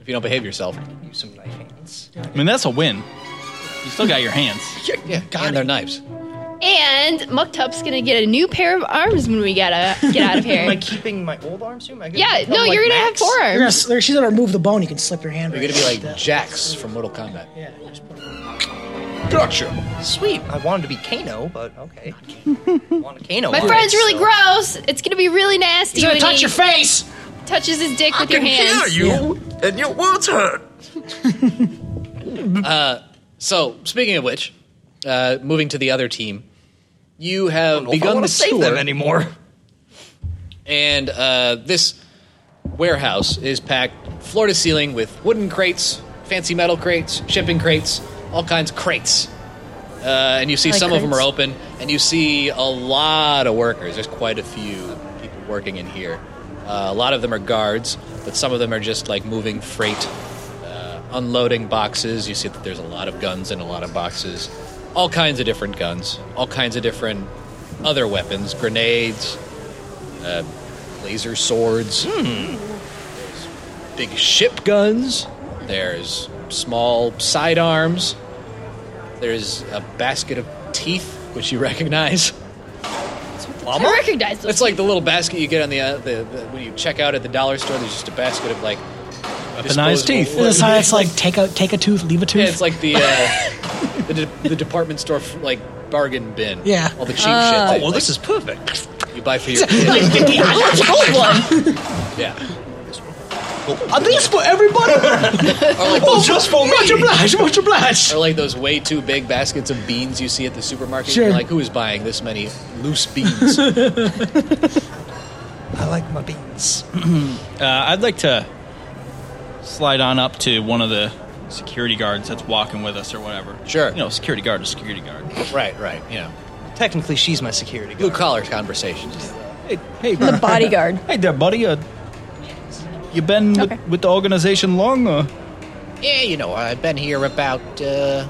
Speaker 8: if you don't behave yourself, use some knife hands.
Speaker 5: I mean, that's a win. You still got your hands.
Speaker 8: Yeah, and their knives.
Speaker 6: And Muktup's gonna get a new pair of arms when we gotta get out of
Speaker 2: Am I
Speaker 6: here.
Speaker 2: keeping my old arms too? Am I gonna
Speaker 6: yeah,
Speaker 2: become
Speaker 6: no,
Speaker 2: like
Speaker 6: you're gonna
Speaker 2: Max?
Speaker 6: have four
Speaker 7: You're gonna,
Speaker 6: arms.
Speaker 7: s- like, she's gonna remove the bone. You can slip your hand.
Speaker 8: You're
Speaker 7: right
Speaker 8: gonna be
Speaker 7: into
Speaker 8: like Jax from Mortal Kombat.
Speaker 7: Yeah.
Speaker 8: Gotcha.
Speaker 2: Sweet. I wanted to be Kano, but okay. I want a Kano.
Speaker 6: My
Speaker 2: arm,
Speaker 6: friend's really
Speaker 2: so-
Speaker 6: gross. It's gonna be really nasty.
Speaker 7: He's gonna
Speaker 6: when
Speaker 7: touch
Speaker 6: he
Speaker 7: your face.
Speaker 6: Touches his dick with your hands.
Speaker 2: and your words hurt.
Speaker 8: Uh, so, speaking of which, uh, moving to the other team, you have
Speaker 2: if I
Speaker 8: begun
Speaker 2: wanna
Speaker 8: the
Speaker 2: save
Speaker 8: tour
Speaker 2: them anymore.
Speaker 8: and uh, this warehouse is packed floor to ceiling with wooden crates, fancy metal crates, shipping crates, all kinds of crates. Uh, and you see
Speaker 13: Like
Speaker 8: some of them are
Speaker 13: crates?
Speaker 8: open, and you see a lot of workers. There's quite a few people working in here. Uh, a lot of them are guards, but some of them are just like moving freight, uh, unloading boxes. You see that there's a lot of guns in a lot of boxes, all kinds of different guns, all kinds of different other weapons, grenades, uh, laser swords. There's big ship guns. There's small sidearms. There's a basket of teeth, which you recognize.
Speaker 6: I recognize those.
Speaker 8: It's like the little basket you get on the, uh, the, the when you check out at the dollar store. There's just a basket of like disposable wood.
Speaker 7: This is how it's like take a take a tooth, leave a tooth.
Speaker 8: Yeah, it's like the uh, the, de- the department store like bargain bin.
Speaker 7: Yeah.
Speaker 8: all the cheap
Speaker 7: Uh.
Speaker 8: shit.
Speaker 7: Oh,
Speaker 8: that,
Speaker 7: well,
Speaker 8: like,
Speaker 7: this
Speaker 2: is perfect.
Speaker 8: You buy for your
Speaker 7: Like,
Speaker 8: kid.
Speaker 7: I want to hold one.
Speaker 8: yeah.
Speaker 7: Are these for everybody? oh, just for me. Much obliged. Much obliged.
Speaker 8: Or like those way too big baskets of beans you see at the supermarket.
Speaker 7: Sure.
Speaker 8: You're like, who is buying this many loose beans?
Speaker 2: I like my beans.
Speaker 5: Uh, I'd like to slide on up to one of the security guards that's walking with us or whatever.
Speaker 8: Sure.
Speaker 5: You know, security guard is security guard.
Speaker 8: right, right. Yeah.
Speaker 2: Technically, she's my security guard.
Speaker 8: Blue collar conversations.
Speaker 5: Hey,
Speaker 15: The bodyguard.
Speaker 5: Hey there, buddy. Uh, You been
Speaker 16: Okay.
Speaker 5: with, with the organization long, or?
Speaker 8: Yeah, you know, I've been here about, uh,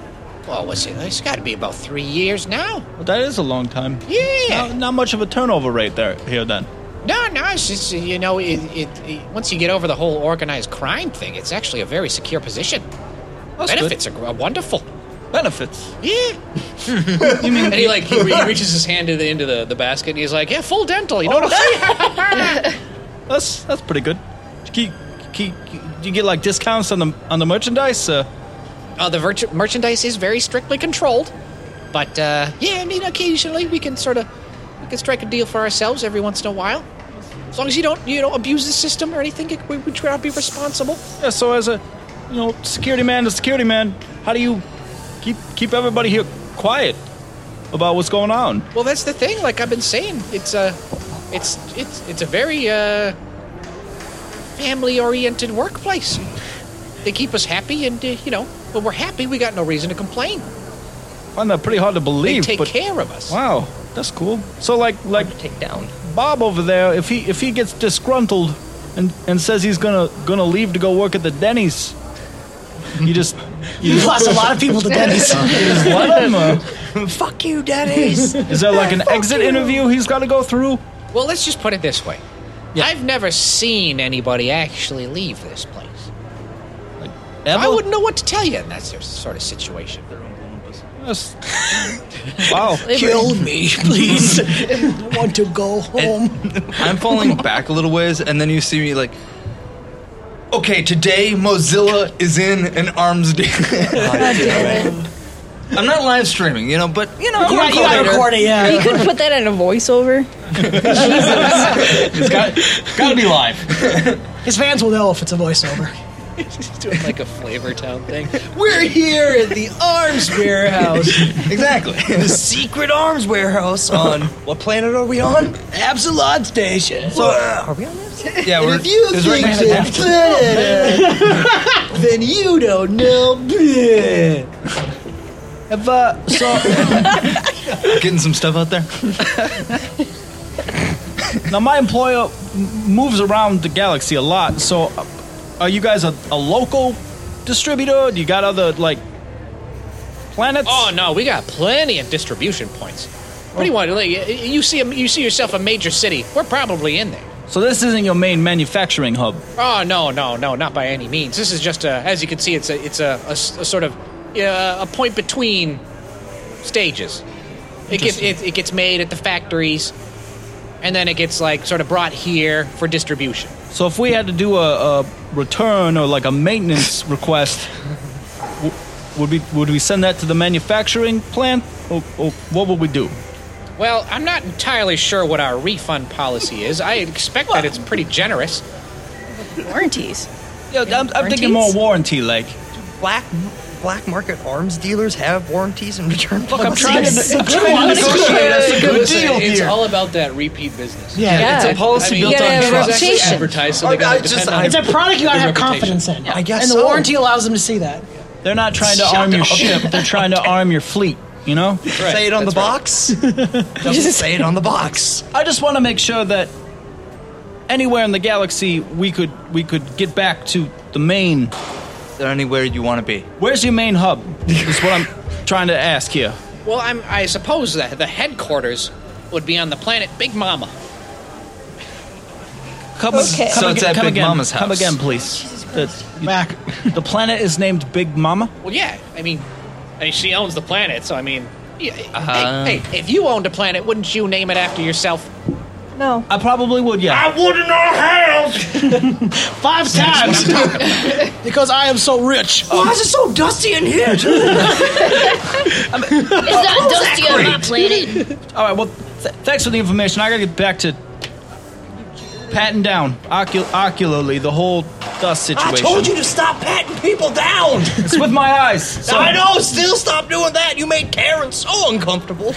Speaker 8: well, what's it? It's got to be about three years now.
Speaker 5: Well, that is a long time.
Speaker 8: Yeah.
Speaker 5: Not, not much of a turnover rate there here then.
Speaker 8: No, no, it's just, uh, you know, it, it, it, once you get over the whole organized crime thing, it's actually a very secure position.
Speaker 1: That's good.
Speaker 8: Benefits are gr- are wonderful.
Speaker 5: Benefits?
Speaker 8: Yeah.
Speaker 1: and he like he, re- he reaches his hand to the, into the, the basket and he's like, "Yeah, full dental." You
Speaker 5: Oh,
Speaker 1: know what I'm saying?
Speaker 5: That's that's pretty good. Do you, do you get like discounts on the on the merchandise? Uh,
Speaker 8: Uh, the virtu- merchandise is very strictly controlled, but uh, yeah, I mean, occasionally we can sort of we can strike a deal for ourselves every once in a while, as long as you don't you know abuse the system or anything. it- We, we try to be responsible.
Speaker 5: yeah. So as a you know security man to security man, how do you keep keep everybody here quiet about what's going on?
Speaker 8: Well, that's the thing. Like I've been saying, it's a it's it's it's a very uh, family-oriented workplace. They keep us happy, and uh, you know, when we're happy, we got no reason to complain.
Speaker 5: find that pretty hard to believe.
Speaker 8: take
Speaker 5: but,
Speaker 8: care of us.
Speaker 5: Wow, that's cool. So like like take down Bob over there. If he if he gets disgruntled and and says he's gonna gonna leave to go work at the Denny's, you just you
Speaker 7: You've lost a lot of people to Denny's.
Speaker 5: you just let him. uh,
Speaker 7: Fuck you, Denny's.
Speaker 5: Is there like an exit interview he's got to go through?
Speaker 8: Well, let's just put it this way. I've never seen anybody actually leave this place. I wouldn't know what to tell you in that sor- sort of situation.
Speaker 5: Yes. wow.
Speaker 7: Oh, Kill me, please. I want to go home.
Speaker 9: I'm falling back a little ways, and then you see me like, okay, today Mozilla is in an arms deal. I'm not live streaming, you know, but you know,
Speaker 4: Record-
Speaker 9: I'm
Speaker 4: you gotta
Speaker 9: later.
Speaker 4: record it, yeah. You could put that in a voiceover.
Speaker 9: it's got gotta be live.
Speaker 7: His fans will know if it's a voiceover.
Speaker 1: He's doing like a flavor town thing.
Speaker 2: We're here at the arms warehouse.
Speaker 9: exactly.
Speaker 2: the secret arms warehouse on what planet are we on? Absalon Station. So are we on Absalon?
Speaker 9: Yeah,
Speaker 2: And
Speaker 9: we're-
Speaker 2: if you
Speaker 9: it's right
Speaker 2: think
Speaker 9: next to
Speaker 2: it's planet, then you don't know.
Speaker 5: Have, uh, so
Speaker 9: Getting some stuff out there.
Speaker 5: now my employer m- moves around the galaxy a lot. So, uh, are you guys a, a local distributor? Do you got other like planets?
Speaker 8: Oh no, we got plenty of distribution points. What do
Speaker 5: Oh.
Speaker 8: you want? Like, y- y- you see, a- you see yourself a major city. We're probably in there.
Speaker 5: So this isn't your main manufacturing hub.
Speaker 8: Oh no, no, no, not by any means. This is just a, as you can see, it's a, it's a, a s- a sort of, uh, a point between stages. It gets,
Speaker 1: Interesting.
Speaker 8: it, it gets made at the factories, and then it gets like sort of brought here for distribution.
Speaker 5: So if we had to do a, a return or like a maintenance request, w- would we would we send that to the manufacturing plant, or, or what would we do?
Speaker 8: Well, I'm not entirely sure what our refund policy is. I expect that it's pretty generous.
Speaker 4: Warranties.
Speaker 5: Yeah, I'm,
Speaker 8: I'm thinking
Speaker 5: more warranty, like
Speaker 8: black.
Speaker 2: Black market arms dealers have warranties and return
Speaker 1: Look, I'm trying to, I'm trying to negotiate us a good deal It's all about that repeat business.
Speaker 2: Yeah. Yeah.
Speaker 1: It's
Speaker 2: Yeah.
Speaker 1: a policy
Speaker 2: I mean,
Speaker 1: built
Speaker 2: you gotta
Speaker 1: on
Speaker 2: have
Speaker 1: trust. It's
Speaker 2: reputation.
Speaker 1: advertised, so
Speaker 2: I-
Speaker 1: they gotta
Speaker 2: I just-
Speaker 1: depend on
Speaker 2: I-
Speaker 7: It's a product you gotta
Speaker 1: their
Speaker 7: have
Speaker 1: reputation.
Speaker 7: confidence in.
Speaker 2: I guess
Speaker 7: And the
Speaker 2: so.
Speaker 7: warranty allows them to see that.
Speaker 5: They're not trying to
Speaker 7: Shut
Speaker 5: arm your
Speaker 7: up.
Speaker 5: ship. They're trying to arm your fleet. You know,
Speaker 2: right. Say it on the box. Just say it on the box.
Speaker 5: I just want to make sure that anywhere in the galaxy we could we could get back to the main. Is
Speaker 9: there anywhere you want to be?
Speaker 5: Where's your main hub? is what I'm trying to ask here.
Speaker 8: Well, I'm, I suppose that the headquarters would be on the planet Big Mama.
Speaker 5: Come,
Speaker 8: Okay.
Speaker 5: come
Speaker 8: So
Speaker 5: again,
Speaker 8: it's at
Speaker 5: come
Speaker 8: Big
Speaker 5: again,
Speaker 8: Mama's
Speaker 5: Come
Speaker 8: house.
Speaker 5: again, please. The, Back. The planet is named Big Mama.
Speaker 8: Well, yeah. I mean, I mean, she owns the planet, so I mean, yeah,
Speaker 5: Uh-huh.
Speaker 8: hey, hey, if you owned a planet, wouldn't you name it after yourself?
Speaker 4: No.
Speaker 5: I probably would. Yeah.
Speaker 8: I would in our house.
Speaker 7: Five times. because I am so rich.
Speaker 2: Why is it so dusty in here?
Speaker 6: It's not dusty on my planet.
Speaker 5: All right. Well, th- thanks for the information. I gotta get back to patting down ocul- ocularly the whole dust situation.
Speaker 2: I told you to stop patting people down.
Speaker 5: It's with my eyes. so-
Speaker 2: I know. Still, stop doing that. You made Karen so uncomfortable.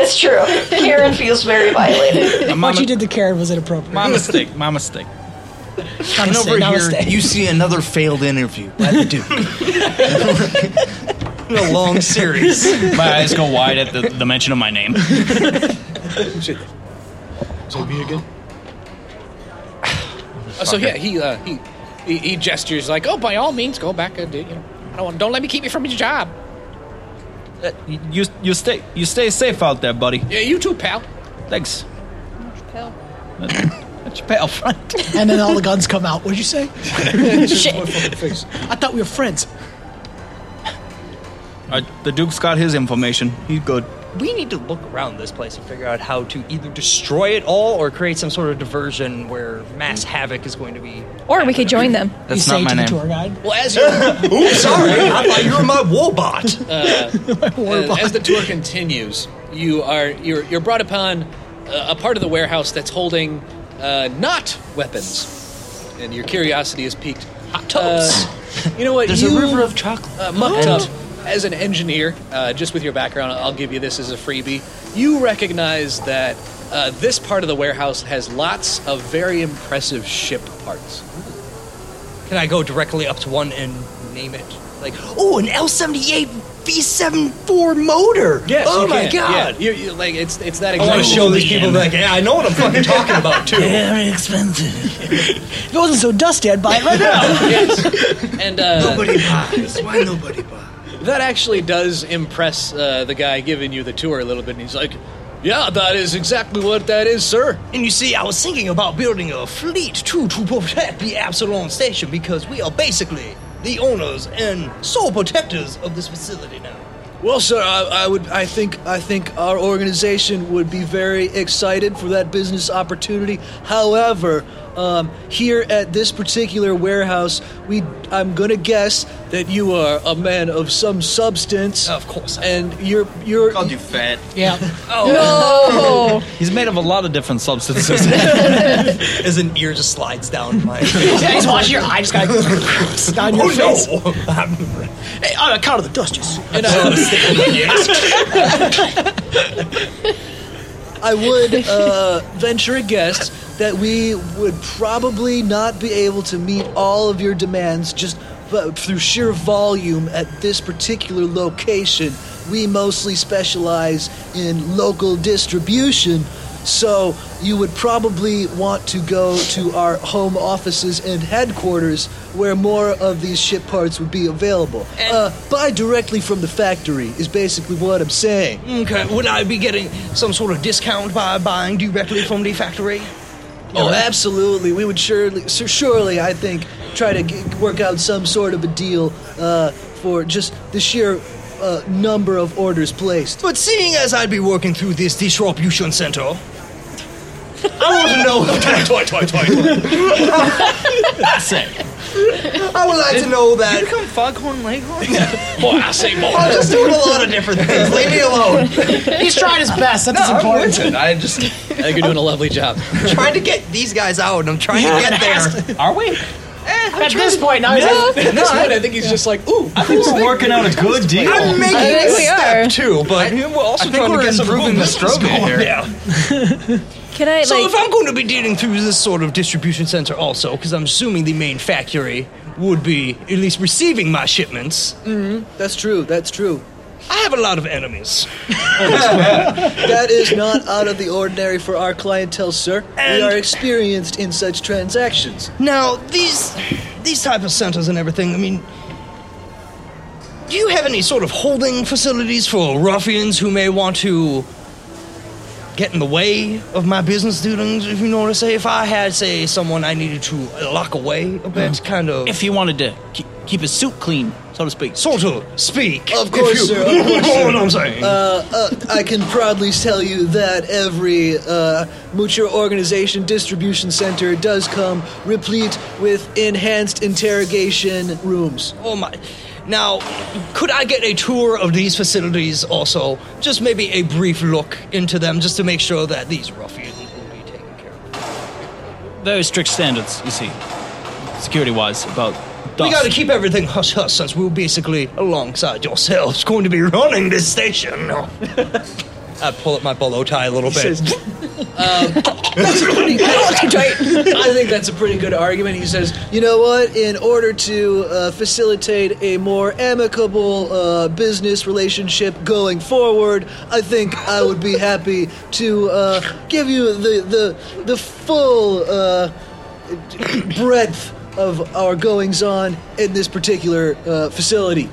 Speaker 17: It's true. Karen feels very violated.
Speaker 7: What you did to Karen was inappropriate.
Speaker 5: My mistake. My mistake.
Speaker 9: And
Speaker 7: Namaste,
Speaker 9: over here,
Speaker 7: namaste.
Speaker 9: you see another failed interview by the Duke.
Speaker 5: a long series. My eyes go wide at the, the mention of my name.
Speaker 13: Is that me again?
Speaker 8: Oh, so
Speaker 18: fucker.
Speaker 8: yeah, he, uh, he he he gestures like, "Oh, by all means, go back and do, you know, I don't want- don't let me keep you from your job."
Speaker 5: You, you, you stay you stay safe out there, buddy.
Speaker 8: Yeah, you too, pal.
Speaker 5: Thanks. Uh,
Speaker 4: Pal.
Speaker 5: That's your pal friend.
Speaker 7: and then all the guns come out. What'd you say?
Speaker 5: Shit.
Speaker 7: I thought we were friends.
Speaker 5: Uh, the Duke's got his information. He's good.
Speaker 1: We need to look around this place and figure out how to either destroy it all or create some sort of diversion where mass havoc is going to be.
Speaker 4: Or we could join them.
Speaker 1: That's You not say my to the name. tour
Speaker 7: guide.
Speaker 1: Well,
Speaker 8: as
Speaker 1: Ooh, sorry. I thought you were my
Speaker 2: warbot.
Speaker 8: Uh, uh, as the tour continues, you are you're, you're brought upon uh, a part of the warehouse that's holding uh, not weapons, and your curiosity is piqued. Hot tubs. you know what?
Speaker 1: There's
Speaker 8: you,
Speaker 1: a river of chocolate.
Speaker 8: uh, mucked
Speaker 1: Oh.
Speaker 8: up. As an engineer, uh, just with your background, I'll give you this as a freebie. You recognize that uh, this part of the warehouse has lots of very impressive ship parts.
Speaker 1: Can I go directly up to one and name it? Like,
Speaker 2: Oh, an L78 V74 motor.
Speaker 1: Yes,
Speaker 2: Oh
Speaker 1: you
Speaker 2: my
Speaker 1: can.
Speaker 2: god.
Speaker 8: Yeah, you, you, like it's it's that.
Speaker 2: I wanna
Speaker 8: exact-
Speaker 2: show these people, like, yeah, I know what I'm fucking talking about, too. Very
Speaker 7: expensive. if it wasn't so dusty, I'd buy it right now.
Speaker 8: yes. And uh,
Speaker 7: Nobody
Speaker 8: buys. Why nobody buys? That actually does impress uh, the guy giving you the tour a little bit. And he's like, "Yeah, that is exactly what that is, sir."
Speaker 2: And you see, I was thinking about building a fleet too to protect the Absalon station because we are basically the owners and sole protectors of this facility now.
Speaker 13: Well, sir, I, I would. I think. I think our organization would be very excited for that business opportunity. However, um, here at this particular warehouse, we. I'm gonna guess that you are a man of some substance. Of
Speaker 2: course.
Speaker 13: And you're. You're.
Speaker 5: Called you fat.
Speaker 7: Yeah.
Speaker 13: Oh.
Speaker 5: He's made of a lot of different substances.
Speaker 2: As an ear just slides down my
Speaker 7: yeah, he's watching your eye just got down your
Speaker 2: Oh, no.
Speaker 7: face. Hey, on account of the dust, just.
Speaker 13: And
Speaker 2: Oh,
Speaker 13: I would uh, venture a guess that we would probably not be able to meet all of your demands just bu- through sheer volume at this particular location. We mostly specialize in local distribution, so you would probably want to go to our home offices and headquarters where more of these ship parts would be available. Uh, buy directly from the factory is basically what I'm saying.
Speaker 2: Okay, would I be getting some sort of discount by buying directly from the factory?
Speaker 13: Oh, absolutely. We would surely, sur- surely, I think, try to g- work out some sort of a deal uh, for just the sheer uh, number of orders placed.
Speaker 2: But seeing as I'd be working through this distribution center, I want to know. toy,
Speaker 8: Um,
Speaker 2: toy, toy, toy. That's it. I would like to know that.
Speaker 9: come foghorn leghorn?
Speaker 2: Boy, I say more. I'm just doing a lot of different things. Leave me alone.
Speaker 7: He's trying his best. That's
Speaker 2: No,
Speaker 7: what's
Speaker 2: I'm
Speaker 7: important.
Speaker 2: with it.
Speaker 5: I just.
Speaker 8: I think you're doing a lovely job.
Speaker 2: I'm trying to get these guys out, and I'm trying to get there.
Speaker 5: Are we?
Speaker 7: At this point, now he's
Speaker 2: No,
Speaker 7: like,
Speaker 2: at this point, I
Speaker 8: think he's just like, ooh.
Speaker 5: I think we're working out a good deal.
Speaker 2: I'm making
Speaker 5: I
Speaker 2: a
Speaker 5: think we
Speaker 2: step
Speaker 5: are.
Speaker 2: too, but we're also
Speaker 5: I think
Speaker 2: trying
Speaker 5: we're
Speaker 2: to get some
Speaker 5: improving
Speaker 2: good
Speaker 5: the
Speaker 2: business
Speaker 5: struggle
Speaker 2: going
Speaker 5: here.
Speaker 2: down.
Speaker 4: Can I,
Speaker 2: so
Speaker 4: like-
Speaker 2: if I'm going to be dealing through this sort of distribution center also, because I'm assuming the main factory would be at least receiving my shipments.
Speaker 13: Mm-hmm. That's true. That's true.
Speaker 2: I have a lot of enemies.
Speaker 13: that is not out of the ordinary for our clientele, sir. we are experienced in such transactions.
Speaker 2: Now these these type of centers and everything. I mean, do you have any sort of holding facilities for ruffians who may want to get in the way of my business dealings? If you know what I say. If I had say someone I needed to lock away a bit, kind of.
Speaker 19: If you wanted to keep, keep his suit clean, so to speak.
Speaker 2: Sort of. Speak.
Speaker 13: Of course,
Speaker 2: If you-
Speaker 13: sir. Of course,
Speaker 2: You know
Speaker 13: sir.
Speaker 2: what I'm saying.
Speaker 13: Uh, uh, I can proudly tell you that every uh, Mutual Organization distribution center does come replete with enhanced interrogation rooms.
Speaker 2: Oh my. Now, could I get a tour of these facilities also? Just maybe a brief look into them just to make sure that these ruffians will be taken care of.
Speaker 19: Very strict standards, you see, security wise, about dust.
Speaker 2: We gotta keep everything hush hush since we're basically alongside yourselves going to be running this station. I pull up my bolo tie a little bit.
Speaker 13: I think that's a pretty good argument. He says, you know what? In order to uh, facilitate a more amicable uh, business relationship going forward, I think I would be happy to uh, give you the the the full. Uh, breadth of our goings on in this particular uh, facility.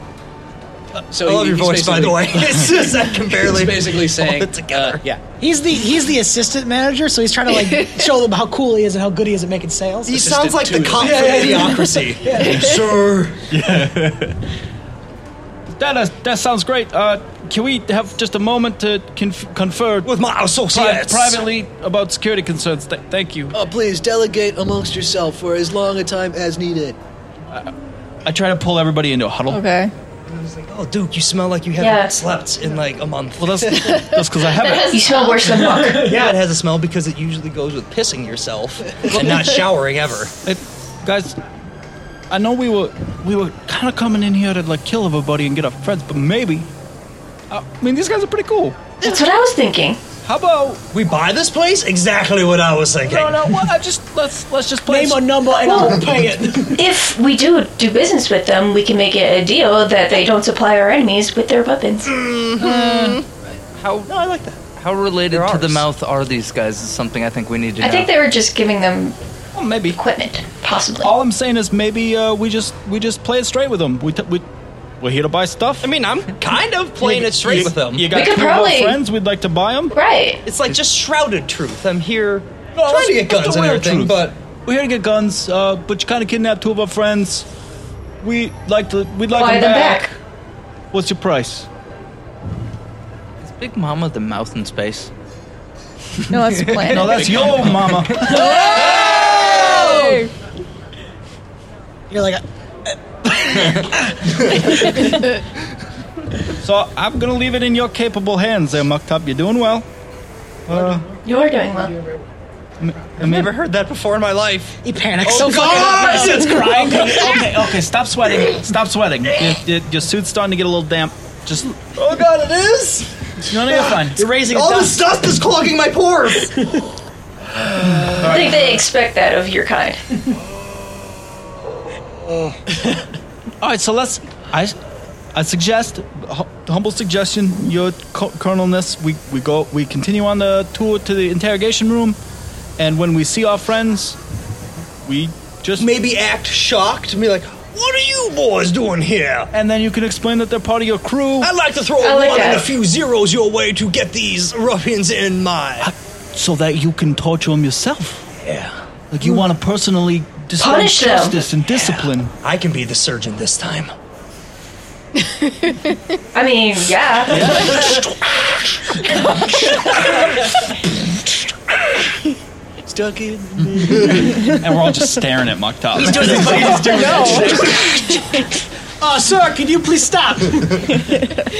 Speaker 8: uh, So
Speaker 13: I love
Speaker 8: he-
Speaker 13: your
Speaker 8: he's
Speaker 13: voice, by the
Speaker 8: basically-
Speaker 13: way. It's just I can barely
Speaker 8: He's basically saying,
Speaker 13: hold it
Speaker 8: together. yeah,
Speaker 7: He's the he's the assistant manager, so he's trying to like show them how cool he is and how good he is at making sales.
Speaker 2: He sounds like the cop from Idiocracy. Sir.
Speaker 5: That, uh, that sounds great. Uh, can we have just a moment to conf- confer with
Speaker 2: my associates.
Speaker 5: privately about security concerns? Th- thank
Speaker 20: Oh.
Speaker 5: you.
Speaker 13: Uh, please delegate amongst yourself for as long a time as needed.
Speaker 5: I try to pull everybody into a huddle.
Speaker 20: Okay.
Speaker 2: Oh, Duke, you smell like you haven't
Speaker 20: Yeah.
Speaker 2: slept in like a month.
Speaker 5: Well, that's that's because I
Speaker 20: haven't. has a You smell smell. worse than muck.
Speaker 2: yeah, it has a smell because it usually goes with pissing yourself and not showering ever.
Speaker 5: It, guys, I know we were we were kind of coming in here to like kill everybody and get our friends, but maybe. I mean, these guys are pretty cool.
Speaker 4: That's what I was thinking.
Speaker 5: How about
Speaker 2: we buy this place? Exactly what I was thinking.
Speaker 5: No, no. Well, I just let's let's just play.
Speaker 7: Name a number and I'll pay it.
Speaker 4: if we do do business with them, we can make it a deal that they don't supply our enemies with their weapons.
Speaker 9: How? No, I like that. How related to the mouth are these guys? Is something I think we need to.
Speaker 4: I
Speaker 9: know.
Speaker 4: think they were just giving them
Speaker 5: maybe
Speaker 4: equipment, possibly.
Speaker 5: All I'm saying is maybe uh, we just we just play it straight with them. We t- we we're here to buy stuff. I
Speaker 2: mean, I'm kind of playing it straight with them.
Speaker 5: You got
Speaker 2: We could
Speaker 5: three more
Speaker 2: probably-
Speaker 5: friends. We'd like to buy them.
Speaker 4: Right.
Speaker 2: It's like just shrouded truth. I'm here
Speaker 5: No,
Speaker 2: trying to get guns and everything, but
Speaker 5: we're here to get guns. Uh, but you kind of kidnapped two of our friends. We like to. We'd like
Speaker 9: Buy
Speaker 5: them,
Speaker 9: them
Speaker 5: back. What's your price?
Speaker 9: Is Big Mama the mouth in space?
Speaker 20: No, that's planet.
Speaker 5: no, that's your mama.
Speaker 7: You're like,
Speaker 5: so I'm gonna leave it in your capable hands, there, Muktup. You're doing well. Uh,
Speaker 4: You're doing well.
Speaker 5: I've never heard that before in my life.
Speaker 7: He panics
Speaker 5: Oh,
Speaker 7: so
Speaker 5: God!
Speaker 7: fucking
Speaker 5: It's
Speaker 7: it's
Speaker 5: crying. okay, okay, stop sweating. Stop sweating. Your, your, your suit's starting to get a little damp. Just
Speaker 2: Oh god, it is.
Speaker 5: No, no, you're fine. You're raising a
Speaker 2: All this
Speaker 5: dust.
Speaker 2: dust is clogging my pores.
Speaker 4: I think they expect that of your kind.
Speaker 5: all Oh. right. So let's. I, I suggest hu- humble suggestion. Your co- colonelness. We we go. We continue on the tour to the interrogation room, and when we see our friends, we just
Speaker 2: maybe act shocked and be like, "What are you boys doing here?"
Speaker 5: And then you can explain that they're part of your crew.
Speaker 2: I'd like to throw
Speaker 5: I
Speaker 2: a
Speaker 5: like
Speaker 2: one and
Speaker 5: that.
Speaker 2: Oh, a few zeros your way to get these ruffians in my.
Speaker 5: so that you can torture them yourself.
Speaker 2: Yeah.
Speaker 5: Like you want to personally display
Speaker 2: Punish them.
Speaker 5: justice and discipline.
Speaker 2: I can be the surgeon this time.
Speaker 4: I mean, yeah.
Speaker 13: Stuck in.
Speaker 5: and we're all just staring at Muck Top.
Speaker 7: He's doing his he's doing Oh, sir, can you please stop?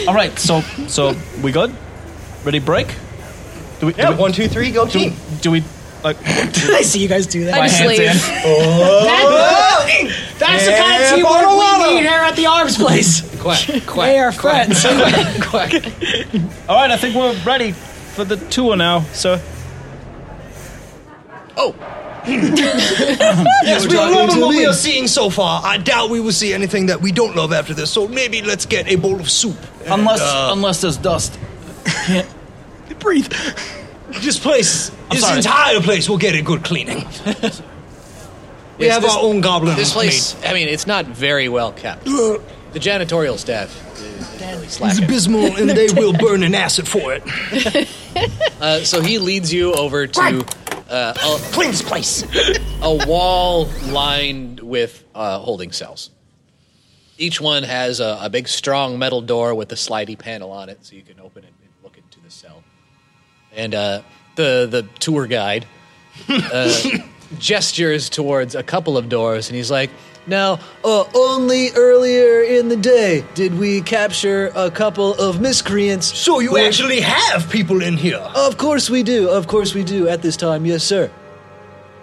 Speaker 5: All right, so so we good? Ready break? Do we? do we-
Speaker 2: one, two, three, go
Speaker 5: do,
Speaker 2: team.
Speaker 5: Do we? Like,
Speaker 7: I see you guys do that.
Speaker 5: My
Speaker 7: I just
Speaker 5: hands
Speaker 7: leave.
Speaker 5: in.
Speaker 2: Oh.
Speaker 7: That's, that's the kind of
Speaker 5: Yeah, bottle
Speaker 7: teamwork
Speaker 5: water.
Speaker 7: we need here at the Arms Place.
Speaker 8: Quack, quack.
Speaker 7: They are friends.
Speaker 5: all right, I think we're ready for the tour now, sir.
Speaker 2: yes,
Speaker 5: You're
Speaker 2: we are
Speaker 5: talking
Speaker 2: loving
Speaker 5: to
Speaker 2: what
Speaker 5: me.
Speaker 2: we are seeing so far. I doubt we will see anything that we don't love after this. So maybe let's get a bowl of soup. uh,
Speaker 5: Unless unless there's dust.
Speaker 2: breathe. This place,
Speaker 5: I'm
Speaker 2: this
Speaker 5: sorry.
Speaker 2: entire place, will get a good cleaning. we
Speaker 8: Yes,
Speaker 2: have
Speaker 8: this-
Speaker 2: our own goblin.
Speaker 8: This place, I mean, it's not very well kept. The janitorial staff is really
Speaker 2: is
Speaker 8: slacking.
Speaker 2: abysmal, and they will burn an acid for it.
Speaker 8: Uh, so he leads you over to uh, a,
Speaker 2: clean this place.
Speaker 8: a wall lined with uh, holding cells. Each one has a, a big, strong metal door with a slidey panel on it, so you can open it and look into the cell. And uh, the the tour guide uh, gestures towards a couple of doors, and he's like,
Speaker 13: Now, uh, only earlier in the day did we capture a couple of miscreants. So
Speaker 2: you actually have people in here.
Speaker 13: Of course we do. Of course we do. At this time, yes, sir.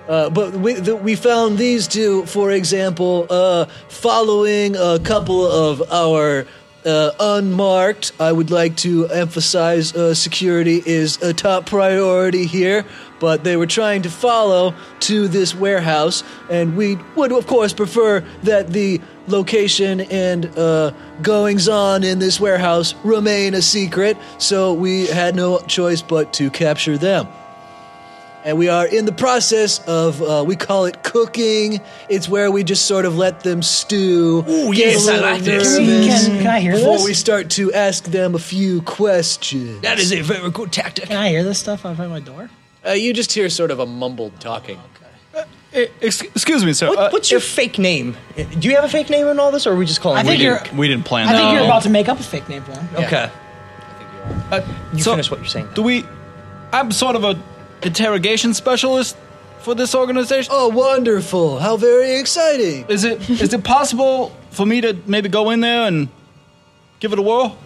Speaker 13: Uh, but we, th we found these two, for example, uh, following a couple of our uh, unmarked. I would like to emphasize uh, security is a top priority here, but they were trying to follow to this warehouse, and we would, of course, prefer that the location and uh, goings on in this warehouse remain a secret, so we had no choice but to capture them. And we are in the process of, uh, we call it cooking. It's where we just sort of let them stew. Oh,
Speaker 21: yes, I like this. Can- can I hear
Speaker 13: before
Speaker 21: this?
Speaker 13: we start to ask them a few questions.
Speaker 21: That is a very good tactic.
Speaker 7: Can I hear this stuff outside my door?
Speaker 8: Uh, you just hear sort of a mumbled talking.
Speaker 5: Eh, Excuse me, sir. uh,
Speaker 2: What, what's your fake name? Uh, Do you have a fake name in all this, or are we just calling?
Speaker 7: I think
Speaker 2: you?
Speaker 7: you're-
Speaker 5: We didn't plan.
Speaker 7: I
Speaker 2: that.
Speaker 7: think you're about to make up a fake name for him.
Speaker 2: Okay.
Speaker 5: Uh,
Speaker 2: you
Speaker 5: so
Speaker 2: finish what you're saying.
Speaker 5: Do we? I'm sort of a interrogation specialist for this organization.
Speaker 13: Oh, wonderful! How very exciting.
Speaker 5: Is it? is it possible for me to maybe go in there and give it a whirl?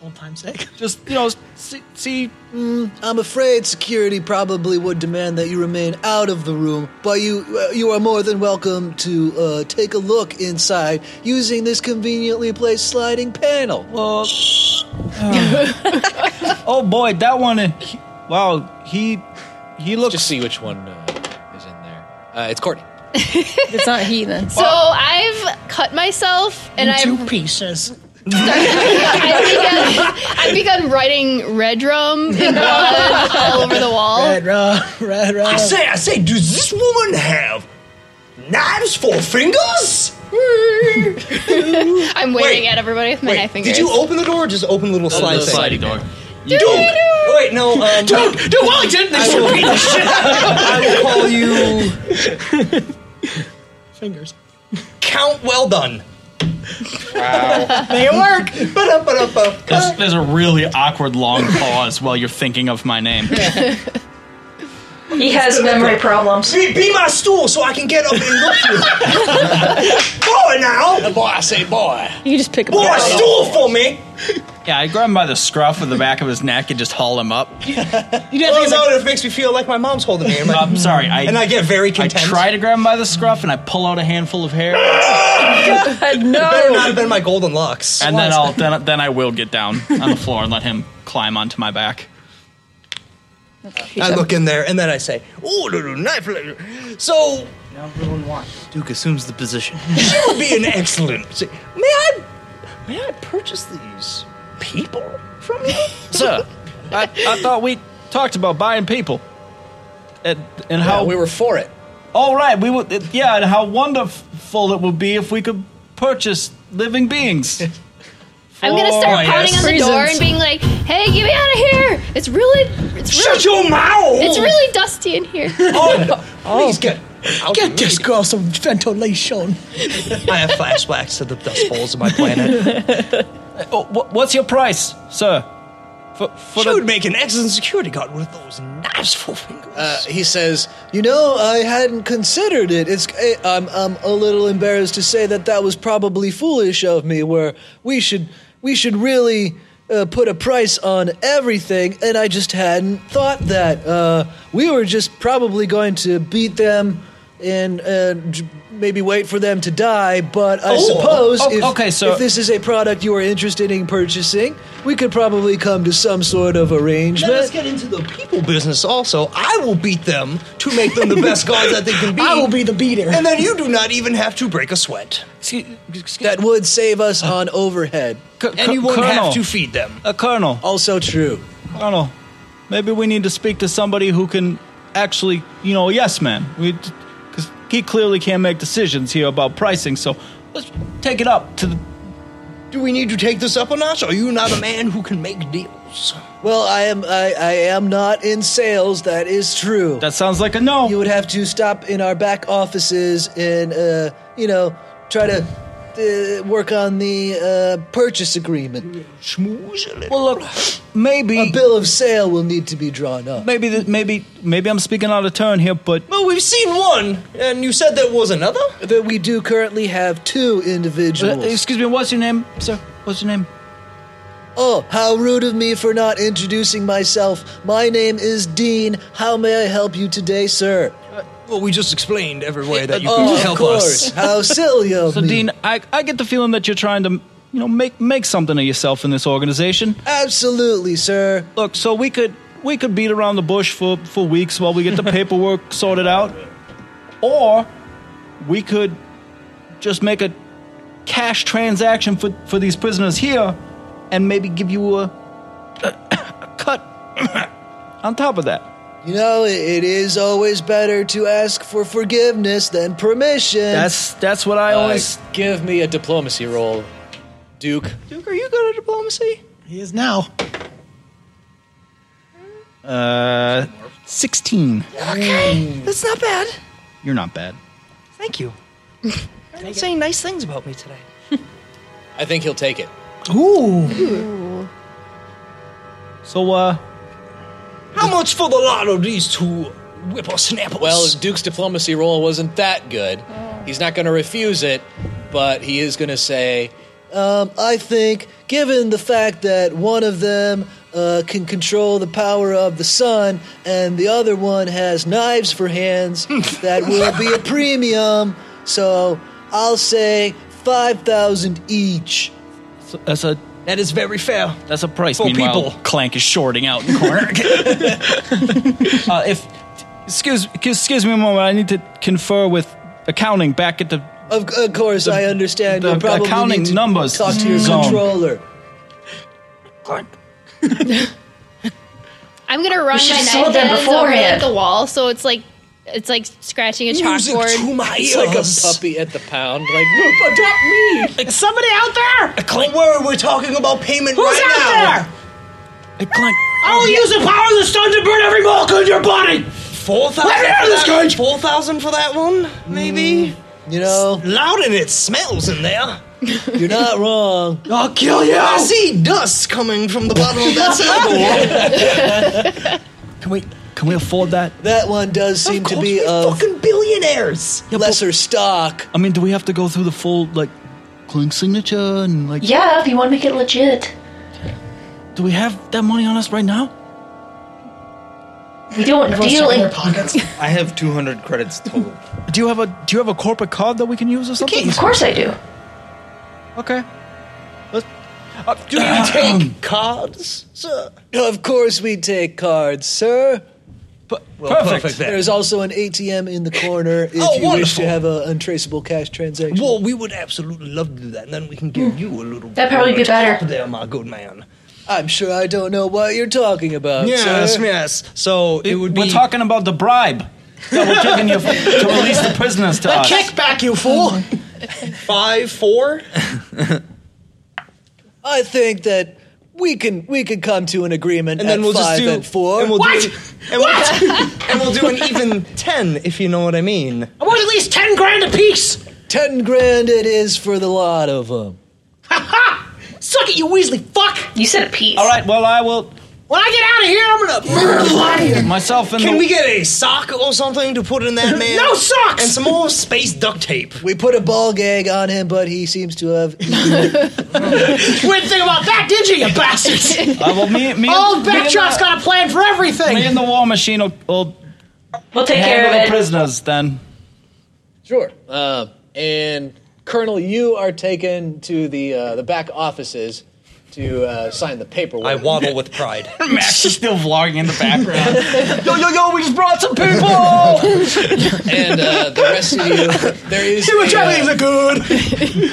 Speaker 7: Old time's sake.
Speaker 5: Just you know, see. see
Speaker 13: mm, I'm afraid security probably would demand that you remain out of the room, but you uh, you are more than welcome to uh, take a look inside using this conveniently placed sliding panel.
Speaker 5: Well, oh boy, that one. uh, he- Wow, he he looks. Just
Speaker 8: see which one uh, is in there. Uh, it's Courtney.
Speaker 22: it's not he then.
Speaker 6: So I've cut myself and
Speaker 7: In
Speaker 6: I've
Speaker 7: two pieces.
Speaker 6: I've begun, I've begun writing red rum in blood all over the wall.
Speaker 7: Red rum, red rum.
Speaker 21: I say, I say, does this woman have knives for fingers?
Speaker 6: I'm waving at everybody with my knife fingers.
Speaker 2: Did you open the door or just open the little slide
Speaker 21: little
Speaker 2: thing?
Speaker 21: sliding
Speaker 2: door.
Speaker 6: Duke!
Speaker 2: Wait, no. Um, Duke!
Speaker 21: Duke Wellington!
Speaker 2: I will, I will call you
Speaker 7: Fingers.
Speaker 2: Count Well Done.
Speaker 7: Make it work.
Speaker 2: Ba-da-ba-da-ba.
Speaker 5: There's, there's a really awkward long pause while you're thinking of my name.
Speaker 4: He has memory problems.
Speaker 21: Be, be my stool so I can get up and look you. boy, now.
Speaker 8: Boy, I say boy.
Speaker 22: You just pick
Speaker 21: Boy, stool for me.
Speaker 5: Yeah, I grab him by the scruff of the back of his neck and just haul him up.
Speaker 2: You didn't well, no, it makes me feel like my mom's holding me. I'm, like,
Speaker 5: I'm sorry. I,
Speaker 2: and I get very
Speaker 5: I
Speaker 2: content.
Speaker 5: try to grab him by the scruff and I pull out a handful of hair,
Speaker 2: God,
Speaker 22: no.
Speaker 2: Better not have been my golden locks.
Speaker 5: and then I'll then, then I will get down on the floor and let him climb onto my back.
Speaker 2: I look in there and then I say, "Ooh, little knife." little-" So
Speaker 9: Duke assumes the position.
Speaker 2: she would be an excellent. May I? May I purchase these people from you?
Speaker 5: Sir, I, I thought we talked about buying people, and, and how we
Speaker 23: were for it.
Speaker 5: All right, we would. Yeah, and how wonderful it would be if we could purchase living beings.
Speaker 6: I'm gonna start
Speaker 5: Oh,
Speaker 6: pounding
Speaker 5: yes.
Speaker 6: on the door
Speaker 5: Reasons.
Speaker 6: and being like, "Hey, get me out of here! It's really, it's really,
Speaker 21: Shut your mouth!
Speaker 6: It's really dusty in here."
Speaker 7: Oh.
Speaker 2: Please get.
Speaker 7: Get this girl some ventilation.
Speaker 2: I have flashbacks to the dust bowls of my planet.
Speaker 5: Oh, wh- what's your price, sir? For, for
Speaker 21: she would make an excellent security guard with those knives for fingers.
Speaker 13: Uh, he says, "You know, I hadn't considered it. It's eh, I'm I'm a little embarrassed to say that that was probably foolish of me. Where we should we should really uh, put a price on everything, and I just hadn't thought that. Uh, we were just probably going to beat them and and j- maybe wait for them to die. But I
Speaker 5: Oh,
Speaker 13: suppose
Speaker 5: o-
Speaker 13: if,
Speaker 5: okay, so-
Speaker 13: if this is a product you are interested in purchasing, we could probably come to some sort of arrangement.
Speaker 2: Let us get into the people business also. I will beat them to make them the best guards that they can be.
Speaker 7: I will be the beater.
Speaker 2: And then you do not even have to break a sweat.
Speaker 13: that would save us
Speaker 8: Uh,
Speaker 13: on overhead.
Speaker 2: And you won't have to feed them.
Speaker 5: A Uh, colonel.
Speaker 13: Also true.
Speaker 5: Colonel, maybe we need to speak to somebody who can actually, you know, yes, man. We, because he clearly can't make decisions here about pricing. So let's take it up to the.
Speaker 2: Do we need to take this up a notch? Are you not a man who can make deals?
Speaker 13: Well, I am I, I am not in sales. That is true.
Speaker 5: That sounds like a no.
Speaker 13: You would have to stop in our back offices and uh, you know try to uh, work on the uh, purchase agreement.
Speaker 5: Well, look, maybe
Speaker 13: a bill of sale will need to be drawn up.
Speaker 5: Maybe, th- maybe, maybe I'm speaking out of turn here, but
Speaker 2: Well, we've seen one, and you said there was another?
Speaker 13: That we do currently have two individuals.
Speaker 5: Uh, excuse me, what's your name, sir? What's your name?
Speaker 13: Oh, how rude of me for not introducing myself. My name is Dean. How may I help you today, sir?
Speaker 5: Uh,
Speaker 2: Well, we just explained every way that you
Speaker 13: Oh,
Speaker 2: can
Speaker 13: of
Speaker 2: help
Speaker 13: course.
Speaker 2: us.
Speaker 13: How silly of
Speaker 5: So,
Speaker 13: me.
Speaker 5: Dean, I, I get the feeling that you're trying to, you know, make make something of yourself in this organization.
Speaker 13: Absolutely, sir.
Speaker 5: Look, so we could we could beat around the bush for for weeks while we get the paperwork sorted out, or we could just make a cash transaction for for these prisoners here, and maybe give you a, a cut on top of that.
Speaker 13: You know, it, it is always better to ask for forgiveness than permission.
Speaker 5: That's that's what I
Speaker 8: Uh,
Speaker 5: always.
Speaker 8: give me a diplomacy roll, Duke.
Speaker 24: Duke, are you good at diplomacy?
Speaker 7: He is now.
Speaker 5: Uh, sixteen.
Speaker 2: Hmm.
Speaker 25: Okay, that's not bad.
Speaker 5: You're not bad.
Speaker 25: Thank you. You're not saying nice things about me today.
Speaker 8: I think he'll take it.
Speaker 25: Ooh.
Speaker 5: So, uh,
Speaker 2: how much for the lot of these two whippersnappers?
Speaker 8: Well, Duke's diplomacy roll wasn't that good.
Speaker 7: Oh.
Speaker 8: He's not going to refuse it, but he is going to say,
Speaker 13: Um, I think, given the fact that one of them uh, can control the power of the sun and the other one has knives for hands,
Speaker 5: Hmm.
Speaker 13: that will be a premium. So I'll say 5,000 each.
Speaker 5: so that's a
Speaker 2: that is very fair.
Speaker 5: That's a price.
Speaker 2: For
Speaker 5: Meanwhile,
Speaker 2: people.
Speaker 5: Clank is shorting out in the corner. uh, if excuse excuse me a moment, I need to confer with accounting back at the
Speaker 13: Of, of course, I understand.
Speaker 5: the
Speaker 13: You'll probably
Speaker 5: accounting
Speaker 13: need to
Speaker 5: numbers
Speaker 13: Talk to your
Speaker 5: zone.
Speaker 13: controller.
Speaker 26: I'm gonna run
Speaker 4: should've
Speaker 26: my
Speaker 4: sold
Speaker 26: knife
Speaker 4: them
Speaker 26: ends over
Speaker 4: beforehand.
Speaker 26: at the wall, so it's like it's like scratching a
Speaker 8: Music
Speaker 26: chalkboard.
Speaker 8: to my It's like a ears. puppy at the pound. Like, adopt
Speaker 7: me. Is somebody out there?
Speaker 2: Don't worry, we're talking about payment
Speaker 7: Who's
Speaker 2: right
Speaker 7: out
Speaker 2: now.
Speaker 7: there?
Speaker 2: Oh,
Speaker 7: I'll use the power of the sun to burn every molecule in your body.
Speaker 2: Four thousand.
Speaker 7: Let me out of this cage.
Speaker 2: Four thousand for that one, maybe.
Speaker 13: you know,
Speaker 2: loud and it smells in there.
Speaker 13: You're not wrong.
Speaker 2: I'll kill you. I see dust coming from the bottom of that circle.
Speaker 5: Can we can we afford that?
Speaker 13: That one does seem to be of
Speaker 2: fucking billionaires.
Speaker 13: lesser stock.
Speaker 5: I mean, do we have to go through the full like Clank signature and like?
Speaker 4: Yeah, if you want to make it legit.
Speaker 5: Do we have that money on us right now?
Speaker 4: We don't deal in
Speaker 7: pockets.
Speaker 9: I have 200 credits total.
Speaker 5: Do you have a Do you have a corporate card that we can use or something?
Speaker 4: Of course I do.
Speaker 5: Okay.
Speaker 2: Uh, do you take cards,
Speaker 13: sir? Of course we take cards, sir.
Speaker 2: perfect. perfect then.
Speaker 13: There's also an ATM in the corner if
Speaker 2: Oh,
Speaker 13: you wish
Speaker 2: wonderful.
Speaker 13: to have an untraceable cash transaction.
Speaker 2: Well, we would absolutely love to do that, and then we can give you a little.
Speaker 13: Hmm. That'd
Speaker 2: bit
Speaker 13: probably
Speaker 2: on
Speaker 13: be
Speaker 2: the top
Speaker 13: better.
Speaker 2: There, my good man.
Speaker 13: I'm sure I don't know what you're talking about.
Speaker 2: Yes,
Speaker 13: sir.
Speaker 2: yes. So it, would
Speaker 5: We're
Speaker 2: be.
Speaker 5: talking about the bribe that we're giving you to release the prisoners to
Speaker 2: The
Speaker 5: us.
Speaker 2: kickback, you fool.
Speaker 7: Oh
Speaker 2: Five, four.
Speaker 13: I think that we can we can come to an agreement
Speaker 2: and then
Speaker 13: at
Speaker 2: we'll
Speaker 13: five
Speaker 2: just do
Speaker 13: and four.
Speaker 2: And we'll Do an, and, We'll, and we'll do an even ten, if you know what I mean.
Speaker 7: I want at least ten grand apiece.
Speaker 13: Ten grand it is for the lot of them.
Speaker 7: Suck it, you Weasley fuck.
Speaker 4: You said a piece.
Speaker 5: All right. Well, I will.
Speaker 7: When I get out of here, I'm gonna murder the lot of you.
Speaker 5: Myself and
Speaker 2: Can
Speaker 5: the-
Speaker 2: we get a sock or something to put in that man?
Speaker 7: No socks!
Speaker 2: And some more space duct tape.
Speaker 13: We put a ball gag on him, but he seems to have.
Speaker 7: You didn't think about that, did you, you bastards?
Speaker 5: Uh, well, me, me,
Speaker 7: Old
Speaker 5: me and
Speaker 7: Backdrop's
Speaker 5: the-
Speaker 7: got a plan for everything.
Speaker 5: Me and the war machine will, will
Speaker 4: We'll
Speaker 5: handle the prisoners then.
Speaker 8: Sure. Uh, and Colonel, you are taken to the uh, the back offices to uh, sign the paperwork. I
Speaker 2: waddle with pride.
Speaker 5: Max is still vlogging in the background.
Speaker 2: yo, yo, yo, we just brought some people!
Speaker 8: and uh, the rest of you, there is.
Speaker 2: See what
Speaker 8: a,
Speaker 2: Charlie's
Speaker 8: uh,
Speaker 2: are good!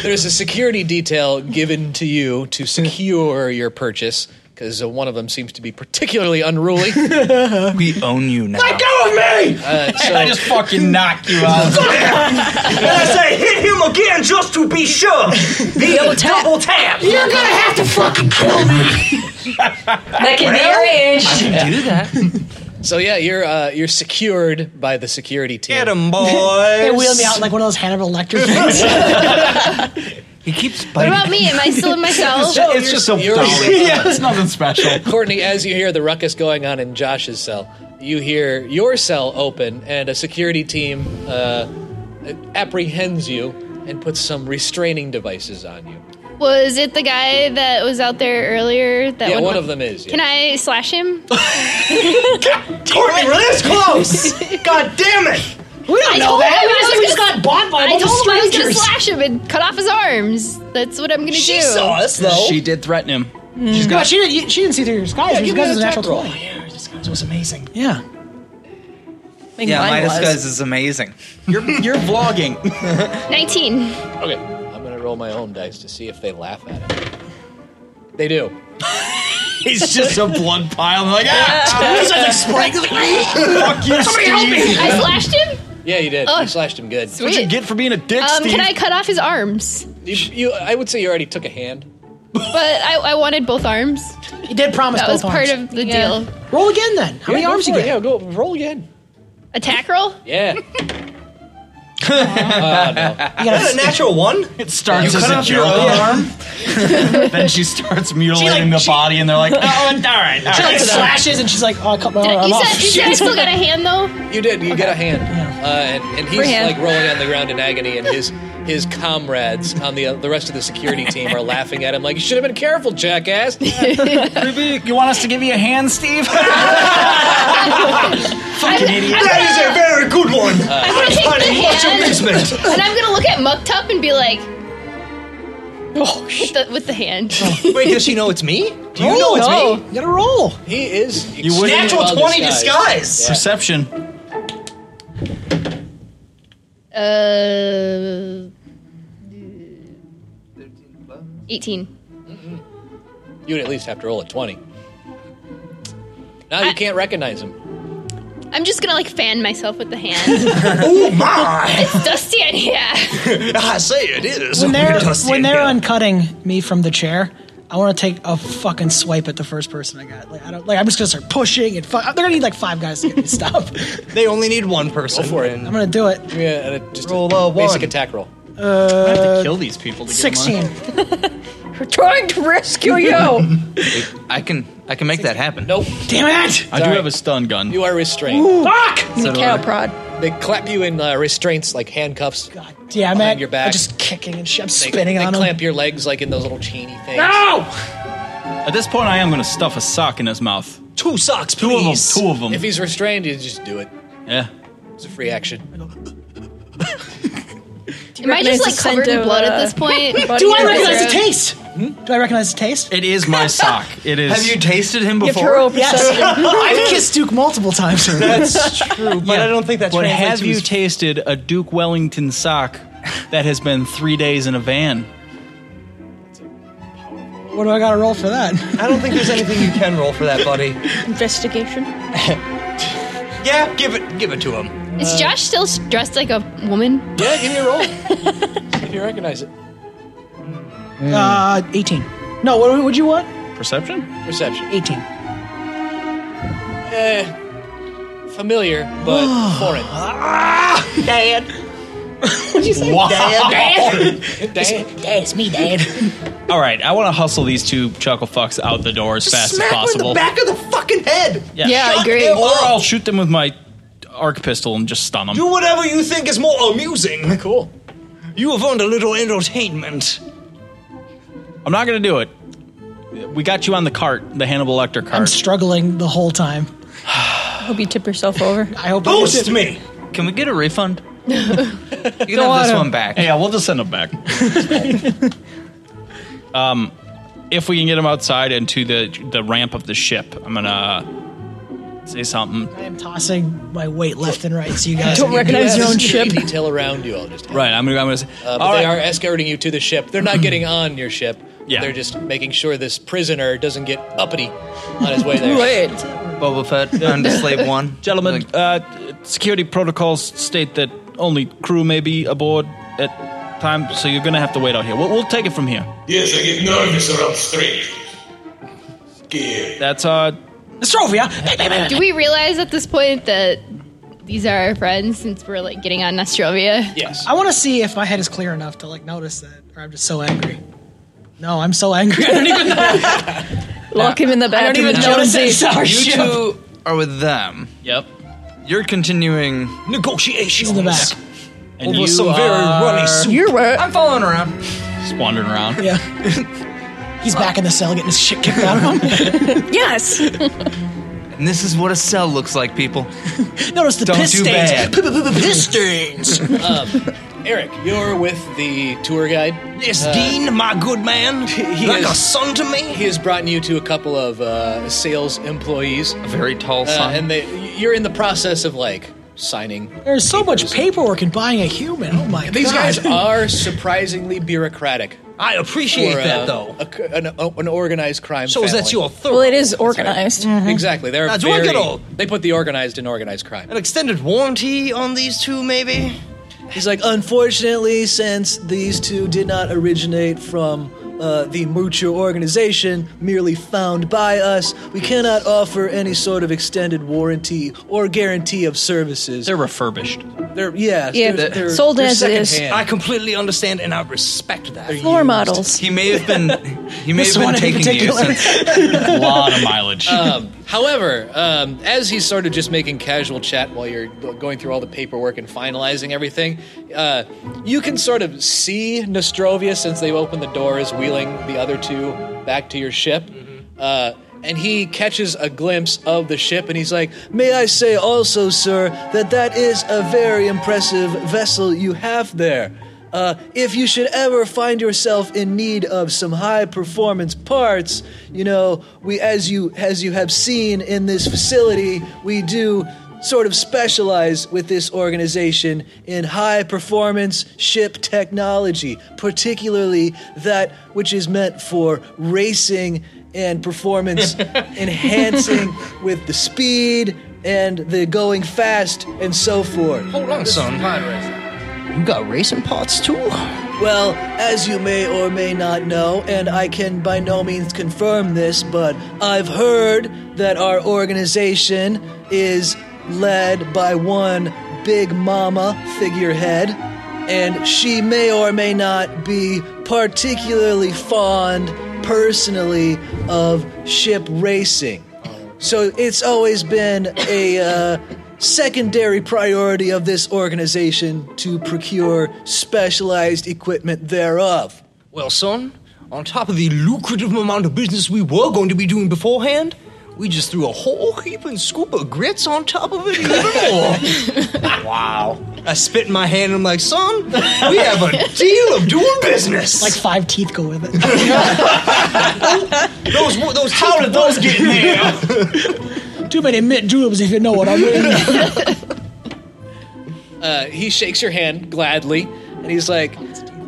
Speaker 8: There's a security detail given to you to secure your purchase because uh, one of them seems to be particularly unruly.
Speaker 9: we own you now.
Speaker 8: Let
Speaker 2: go of me!
Speaker 8: Uh, so,
Speaker 5: I just fucking knock you out.
Speaker 2: and I say, hit him again just to be sure. The double tap.
Speaker 7: You're gonna have to fucking kill me.
Speaker 4: That can be arranged.
Speaker 8: do that. so yeah, you're uh, you're secured by the security team. Get him,
Speaker 7: they wheel me out like one of those Hannibal Lecter things.
Speaker 8: He keeps.
Speaker 26: What about me? Am I still in my cell?
Speaker 5: it's nothing special.
Speaker 8: Courtney, as you hear the ruckus going on in Josh's cell, you hear your cell open, and a security team uh, apprehends you and puts some restraining devices on you.
Speaker 26: Was it the guy that was out there earlier? That
Speaker 8: yeah,
Speaker 26: went-
Speaker 8: one of them is.
Speaker 26: Can I slash him?
Speaker 2: Courtney, we're this close! God damn it!
Speaker 7: We don't
Speaker 26: I
Speaker 7: know
Speaker 26: told
Speaker 7: that.
Speaker 26: him
Speaker 7: We
Speaker 26: I
Speaker 7: just-
Speaker 26: was
Speaker 7: we just
Speaker 26: gonna-
Speaker 7: got bought by a
Speaker 26: I
Speaker 7: bunch of
Speaker 26: told him I was gonna
Speaker 7: strangers.
Speaker 26: slash him and cut off his arms. That's what I'm gonna do.
Speaker 5: She did threaten him. She's
Speaker 7: But
Speaker 5: got.
Speaker 7: Mm. she didn't. She didn't see through your disguise.
Speaker 5: Yeah,
Speaker 7: your
Speaker 5: give me
Speaker 7: disguise is Oh, a
Speaker 5: that
Speaker 7: natural
Speaker 5: attack roll.
Speaker 7: twenty. Oh, Yeah, disguise was amazing.
Speaker 5: Yeah.
Speaker 7: think
Speaker 9: yeah,
Speaker 7: mine
Speaker 9: my
Speaker 7: was.
Speaker 9: disguise is amazing. You're you're vlogging.
Speaker 26: 19.
Speaker 8: Okay, I'm gonna roll my own dice to see if they laugh at it. They do.
Speaker 9: It's just a blood pile.
Speaker 8: Oh,
Speaker 9: I'm like, ah!
Speaker 7: He's like spraying.
Speaker 6: "Ah,
Speaker 9: Fuck you,
Speaker 6: Somebody help me!
Speaker 9: Steve.
Speaker 6: I slashed him.
Speaker 8: Yeah, you did.
Speaker 6: Oh.
Speaker 8: You slashed him good.
Speaker 6: Sweet. What'd you get
Speaker 8: for being a dick,
Speaker 6: Um, can I cut off his arms?
Speaker 8: You, you, I would say you already took a hand.
Speaker 6: But I, I wanted both arms.
Speaker 7: You did promise
Speaker 6: that
Speaker 7: both
Speaker 6: was
Speaker 7: arms.
Speaker 6: part of the
Speaker 7: Yeah.
Speaker 6: deal.
Speaker 7: Roll again then. How
Speaker 8: Yeah,
Speaker 7: many
Speaker 8: go
Speaker 7: arms you
Speaker 8: for it.
Speaker 7: get?
Speaker 8: Yeah, go roll again.
Speaker 6: Attack roll.
Speaker 8: Yeah.
Speaker 2: You got a natural one?
Speaker 5: It
Speaker 2: Oh, starts
Speaker 5: You
Speaker 2: as a
Speaker 5: cut off your
Speaker 2: joke.
Speaker 5: own arm. then she starts mutilating the body, and they're like, "Oh, all right." all
Speaker 7: She like
Speaker 5: right."
Speaker 7: slashes and she's like, oh, I cut my
Speaker 6: Did I-
Speaker 7: arm
Speaker 6: you
Speaker 7: off.
Speaker 6: said, you said I still got a hand though.
Speaker 8: You did. You got a hand, uh, and, and he's
Speaker 6: Free hand.
Speaker 8: like rolling on the ground in agony, and his his comrades on the the rest of the security team are laughing at him like, "You should have been careful, jackass."
Speaker 5: Ruby, you want us to give you a hand, Steve?
Speaker 6: Fucking
Speaker 5: idiot.
Speaker 2: That is a very good one.
Speaker 6: I'm gonna take the
Speaker 2: Honey, what's your
Speaker 6: hand,
Speaker 2: basement?
Speaker 6: and I'm gonna look at Muktup and be like, with the with the hand.
Speaker 2: Wait, does she know it's me? Do Oh. you know it's me?
Speaker 7: You gotta roll.
Speaker 8: He is
Speaker 5: You wouldn't-
Speaker 2: natural
Speaker 5: well
Speaker 2: twenty
Speaker 5: disguised.
Speaker 2: disguise.
Speaker 5: Perception.
Speaker 6: Uh, eighteen.
Speaker 8: You would at least have to roll a twenty. Now you can't recognize him.
Speaker 6: I'm just gonna like fan myself with the hand.
Speaker 2: oh my!
Speaker 6: it's dusty in here.
Speaker 2: I say it is.
Speaker 7: When they're,
Speaker 2: Dusty
Speaker 7: when
Speaker 2: in
Speaker 7: they're
Speaker 2: here.
Speaker 7: uncutting me from the chair, I want to take a fucking swipe at the first person I got. Like I don't like. I'm just gonna start pushing and fu- they're gonna need like five guys to get me to stop.
Speaker 2: they only need one person. Go for it.
Speaker 7: I'm gonna do it.
Speaker 8: Yeah, and it just
Speaker 2: Roll a
Speaker 8: basic
Speaker 2: one.
Speaker 8: attack roll.
Speaker 7: Uh,
Speaker 9: Kill these people. To get
Speaker 7: sixteen.
Speaker 9: mine.
Speaker 4: We're trying to rescue you.
Speaker 9: I can. I can make that happen.
Speaker 8: Nope.
Speaker 7: Damn it!
Speaker 5: I do have a stun gun.
Speaker 8: You are restrained.
Speaker 7: Fuck!
Speaker 8: So do
Speaker 4: cow
Speaker 8: I.
Speaker 4: prod.
Speaker 8: They clap you in uh, restraints like handcuffs. God
Speaker 7: Damn it!
Speaker 8: your back.
Speaker 7: I'm just kicking and shit. I'm
Speaker 8: They-
Speaker 7: spinning
Speaker 8: they
Speaker 7: on
Speaker 8: clamp your legs like in those little chainy things.
Speaker 7: No!
Speaker 5: At this point, I am going to stuff a sock in his mouth.
Speaker 2: Two socks,
Speaker 5: Two of 'em, two of 'em.
Speaker 8: If he's restrained, you just do it.
Speaker 5: Yeah.
Speaker 8: It's a free action.
Speaker 6: Am I just like covered in blood at this point?
Speaker 7: him. Do I recognize the taste? Hmm? Do I recognize the taste?
Speaker 5: It is my sock. It is.
Speaker 9: Have you tasted him
Speaker 5: You have to
Speaker 9: before?
Speaker 5: roll
Speaker 7: Yes.
Speaker 5: perception.
Speaker 7: I've kissed Duke multiple times.
Speaker 5: That's true, but
Speaker 2: I don't think that
Speaker 5: But
Speaker 2: translates
Speaker 5: have
Speaker 2: to
Speaker 5: you
Speaker 2: his-
Speaker 5: tasted a Duke Wellington sock that has been three days in a van?
Speaker 7: What do I got to roll for that?
Speaker 2: I don't think there's anything you can roll for that, buddy.
Speaker 4: Investigation.
Speaker 2: yeah, give it, give it to him.
Speaker 6: Is Josh still dressed like a woman?
Speaker 8: Yeah, give me a roll. if you recognize it.
Speaker 7: Uh, 18. No, what would you want?
Speaker 5: Perception?
Speaker 8: Perception.
Speaker 7: 18.
Speaker 8: Eh, familiar, but foreign.
Speaker 7: Dad. Ah! What'd you say?
Speaker 5: Wow.
Speaker 7: Dad.
Speaker 8: Dad.
Speaker 7: Dad, it's me, Dad.
Speaker 5: All right, I want to hustle these two chuckle fucks out the door as fast
Speaker 2: Smack
Speaker 5: as
Speaker 2: him in
Speaker 5: possible.
Speaker 2: the back of the fucking head. Shut him
Speaker 5: Or
Speaker 2: up.
Speaker 5: I'll shoot them with my arc pistol and just stun them.
Speaker 2: Do whatever you think is more amusing.
Speaker 8: Cool.
Speaker 2: You have earned a little entertainment.
Speaker 5: I'm not going to do it. We got you on the cart, the Hannibal Lecter
Speaker 7: I'm
Speaker 5: cart.
Speaker 7: struggling the whole time.
Speaker 4: I hope you tip yourself over.
Speaker 7: I hope
Speaker 5: Boost
Speaker 2: me.
Speaker 9: Can we get a refund? you can
Speaker 5: Go
Speaker 9: have this
Speaker 5: on.
Speaker 9: one back.
Speaker 5: Yeah, we'll just send them back. um, if we can get them outside and to the the ramp of the ship, I'm gonna say something.
Speaker 7: I'm tossing my weight left and right so you guys
Speaker 8: Don't recognize your own
Speaker 7: ship.
Speaker 8: Detail around you. I'll just.
Speaker 5: Right, I'm gonna. I'm gonna say,
Speaker 8: Uh, but
Speaker 5: All
Speaker 8: they
Speaker 5: right.
Speaker 8: are escorting you to the ship. They're not getting on your ship.
Speaker 5: Yeah.
Speaker 8: They're just making sure this prisoner doesn't get uppity on his way there.
Speaker 9: Boba Fett and Slave One.
Speaker 5: gentlemen. uh, security protocols state that only crew may be aboard at time, so you're gonna have to wait out here. We'll, we'll take it from here.
Speaker 1: Yes, I get nervous around strangers. Scared.
Speaker 5: That's uh.
Speaker 7: Nostrovia.
Speaker 6: Do we realize at this point that these are our friends since we're like getting on Nostrovia?
Speaker 8: Yes.
Speaker 7: I want to see if my head is clear enough to like notice that, or I'm just so angry. No, I'm so angry. I don't even know.
Speaker 4: Lock him in the back.
Speaker 7: I don't even
Speaker 4: of the
Speaker 7: notice
Speaker 4: Jonesy.
Speaker 7: it's our
Speaker 9: you
Speaker 7: ship.
Speaker 9: two are with them.
Speaker 5: Yep.
Speaker 9: You're continuing
Speaker 2: negotiations
Speaker 7: in the back.
Speaker 5: And
Speaker 2: Over
Speaker 5: you uh,
Speaker 2: some very
Speaker 5: are-
Speaker 2: runny soup.
Speaker 4: You're what?
Speaker 9: I'm following around.
Speaker 5: Just wandering around.
Speaker 7: Yeah. He's back in the cell getting his shit kicked out of him.
Speaker 4: Yes.
Speaker 9: And this is what a cell looks like, people.
Speaker 7: Notice the
Speaker 9: Don't
Speaker 7: piss
Speaker 9: do
Speaker 7: stains.
Speaker 9: bad.
Speaker 7: Piss stains.
Speaker 8: Um, Eric, you're with the tour guide.
Speaker 2: Yes,
Speaker 8: Uh,
Speaker 2: Dean, my good man.
Speaker 8: he
Speaker 2: like
Speaker 8: is-
Speaker 2: a son to me.
Speaker 8: He has brought you to a couple of uh, sales employees,
Speaker 9: A very tall
Speaker 8: uh,
Speaker 9: son.
Speaker 8: and they you're in the process of like signing.
Speaker 7: There's so much paperwork in buying a human. Oh my
Speaker 8: These
Speaker 7: god.
Speaker 8: guys are surprisingly bureaucratic.
Speaker 2: I appreciate
Speaker 8: Or,
Speaker 2: that,
Speaker 8: uh,
Speaker 2: though.
Speaker 8: a c- an, a- an organized crime.
Speaker 2: So Oh, is that
Speaker 8: family.
Speaker 2: your
Speaker 8: That's
Speaker 2: third?
Speaker 27: Well, it is
Speaker 8: right.
Speaker 27: organized. Mm-hmm.
Speaker 8: Exactly. They're
Speaker 2: That's
Speaker 8: very,
Speaker 2: wicked old.
Speaker 8: They put the organized in organized crime.
Speaker 2: An extended warranty on these two, maybe?
Speaker 13: He's like, unfortunately, since these two did not originate from uh, the Mucha organization, merely found by us, we cannot offer any sort of extended warranty or guarantee of services. They're
Speaker 5: refurbished.
Speaker 13: They're yeah, they're, they're- they're secondhand.
Speaker 2: I completely understand and I respect that.
Speaker 27: Floor models.
Speaker 9: He may have been. He may
Speaker 2: This
Speaker 9: have
Speaker 2: one
Speaker 9: been
Speaker 2: in
Speaker 9: taking you
Speaker 2: particular.
Speaker 9: since
Speaker 8: a
Speaker 9: lot of mileage.
Speaker 8: Um, however, um, as he's sort of just making casual chat while you're going through all the paperwork and finalizing everything, uh, you can sort of see Nostrovia since they've opened the doors, wheeling the other two back to your ship.
Speaker 2: Mm-hmm.
Speaker 8: Uh, and he catches a glimpse of the ship and he's like,
Speaker 13: May I say also, sir, that that is a very impressive vessel you have there. Uh, if you should ever find yourself in need of some high performance parts, you know, we as you as you have seen in this facility, we do sort of specialize with this organization in high performance ship technology, particularly that which is meant for racing and performance enhancing with the speed and the going fast and so forth.
Speaker 2: Hold on, son.
Speaker 13: You got racing parts too? Well, as you may or may not know, and I can by no means confirm this, but I've heard that our organization is led by one big mama figurehead, and she may or may not be particularly fond personally of ship racing. So it's always been a uh, secondary priority of this organization to procure specialized equipment thereof.
Speaker 2: Well, son, on top of the lucrative amount of business we were going to be doing beforehand, we just threw a whole heap and scoop of grits on top of it even more. wow. I spit in my hand and I'm like, son, we have a deal of doing business.
Speaker 7: Like five teeth go with it.
Speaker 2: those, those How did those get in there?
Speaker 7: Too many mint juleps if you know what I mean.
Speaker 8: uh, he shakes your hand gladly.
Speaker 13: And he's like,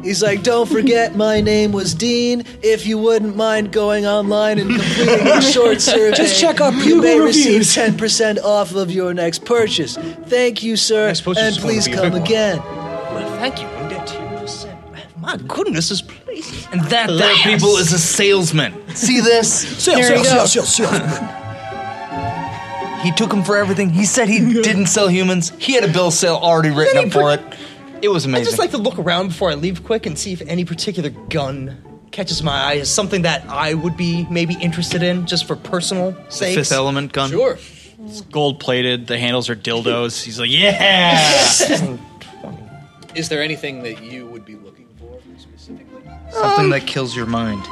Speaker 13: he's like, don't forget my name was Dean. If you wouldn't mind going online and completing a short survey,
Speaker 7: Just check our
Speaker 13: you may
Speaker 7: Google
Speaker 13: receive
Speaker 7: reviews.
Speaker 13: ten percent off of your next purchase. Thank you, sir,
Speaker 2: purchase
Speaker 13: and
Speaker 2: is gonna
Speaker 13: please
Speaker 2: be a
Speaker 13: come
Speaker 2: big one.
Speaker 13: again.
Speaker 2: Well, thank you. And that 10%. My goodness, this place.
Speaker 9: And that, there, people, is a salesman. See this?
Speaker 13: There
Speaker 9: Sales,
Speaker 13: you
Speaker 9: sales,
Speaker 13: go.
Speaker 9: sales, He took him for everything. He said he didn't sell humans. He had a bill sale already written up for it. It was amazing.
Speaker 2: I just like to look around before I leave quick and see if any particular gun catches my eye as something that I would be maybe interested in just for personal sake.
Speaker 5: Fifth Element gun?
Speaker 8: Sure.
Speaker 5: It's gold plated. The handles are dildos. He's like, yeah.
Speaker 8: Is there anything that you would be looking for specifically?
Speaker 9: Something that kills your mind.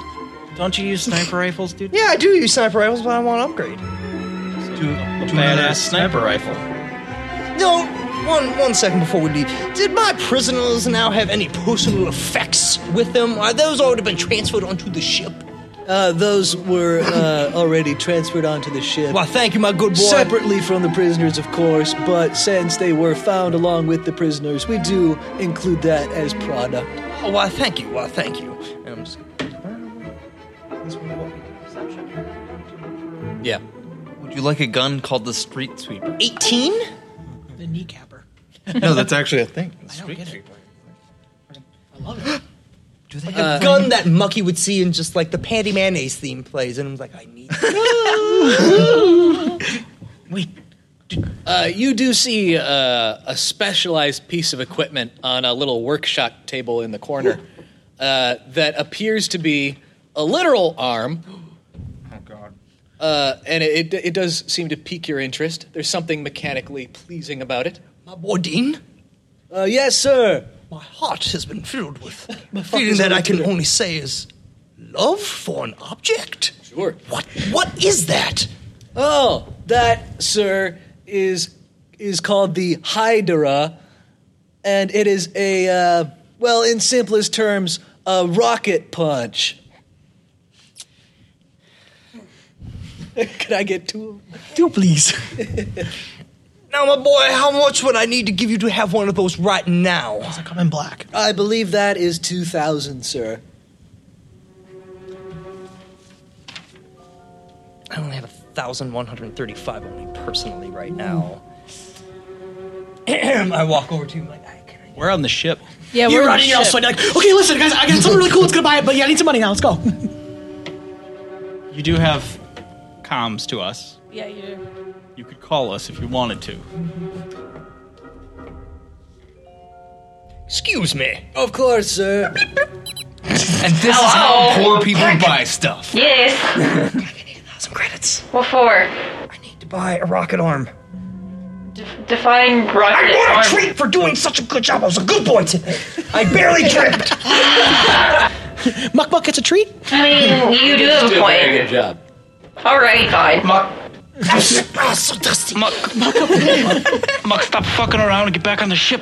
Speaker 5: Don't you use sniper rifles, dude?
Speaker 2: Yeah, I do use sniper rifles, but I want to upgrade.
Speaker 5: Badass sniper rifle.
Speaker 2: No, one one second before we leave. Did my prisoners now have any personal effects with them? Are those already been transferred onto the ship?
Speaker 13: Uh, those were uh, already transferred onto the ship.
Speaker 2: Well, thank you, my good boy.
Speaker 13: Separately from the prisoners, of course, but since they were found along with the prisoners, we do include that as product.
Speaker 2: Oh, why, thank you. Why, thank you. And I'm just-
Speaker 8: Yeah.
Speaker 9: Would you like a gun called the Street Sweeper?
Speaker 2: 18?
Speaker 7: The kneecapper.
Speaker 9: no, that's actually a thing.
Speaker 7: I don't get it.
Speaker 25: Uh,
Speaker 2: Like
Speaker 13: Uh,
Speaker 2: a gun that Mucky would see in just like the Panty Mayonnaise theme plays, and I'm like, I need
Speaker 8: Uh, you do see uh, a specialized piece of equipment on a little workshop table in the corner uh, that appears to be a literal arm. Oh, God. Uh, and it, it, it does seem to pique your interest. There's something mechanically pleasing about it.
Speaker 2: my boy Dean.
Speaker 13: Uh, yes, sir.
Speaker 2: My heart has been filled with a
Speaker 13: fuck
Speaker 2: feeling
Speaker 13: is
Speaker 2: that
Speaker 13: on
Speaker 2: I can
Speaker 13: Twitter.
Speaker 2: only say is love for an object.
Speaker 8: Sure.
Speaker 2: What? What is that?
Speaker 13: Oh, that, sir, is is called the Hydra, and it is a uh, well, in simplest terms, a rocket punch. Could I get two of them?
Speaker 2: Do please. now, my boy, how much would I need to give you to have one of those right now?
Speaker 13: I'm in black. I believe that is two thousand, sir.
Speaker 25: I only have 1,135 on me personally right now. I walk over to him like,
Speaker 28: We're on the ship.
Speaker 25: Yeah,
Speaker 7: you're
Speaker 25: we're
Speaker 7: running your
Speaker 25: shit.
Speaker 7: sweat. You're like, okay, listen, guys, I got something really cool. It's gonna buy it, but yeah, I need some money now. Let's go.
Speaker 28: You do have comms to us.
Speaker 11: Yeah, you do.
Speaker 28: You could call us if you wanted to.
Speaker 2: Excuse me.
Speaker 13: Of course, sir.
Speaker 9: And this is how poor people buy stuff.
Speaker 4: Yes.
Speaker 25: Some credits.
Speaker 4: What for?
Speaker 25: to buy a rocket arm.
Speaker 4: Define rocket.
Speaker 25: I want a
Speaker 4: arm.
Speaker 25: treat for doing such a good job. I was a good boy today. I barely tripped.
Speaker 7: Muck Muck gets a treat.
Speaker 4: I mean, you do have a point.
Speaker 24: good job.
Speaker 4: All right, fine.
Speaker 7: so dusty.
Speaker 24: Muck,
Speaker 7: muck,
Speaker 24: muck, stop fucking around and get back on the ship.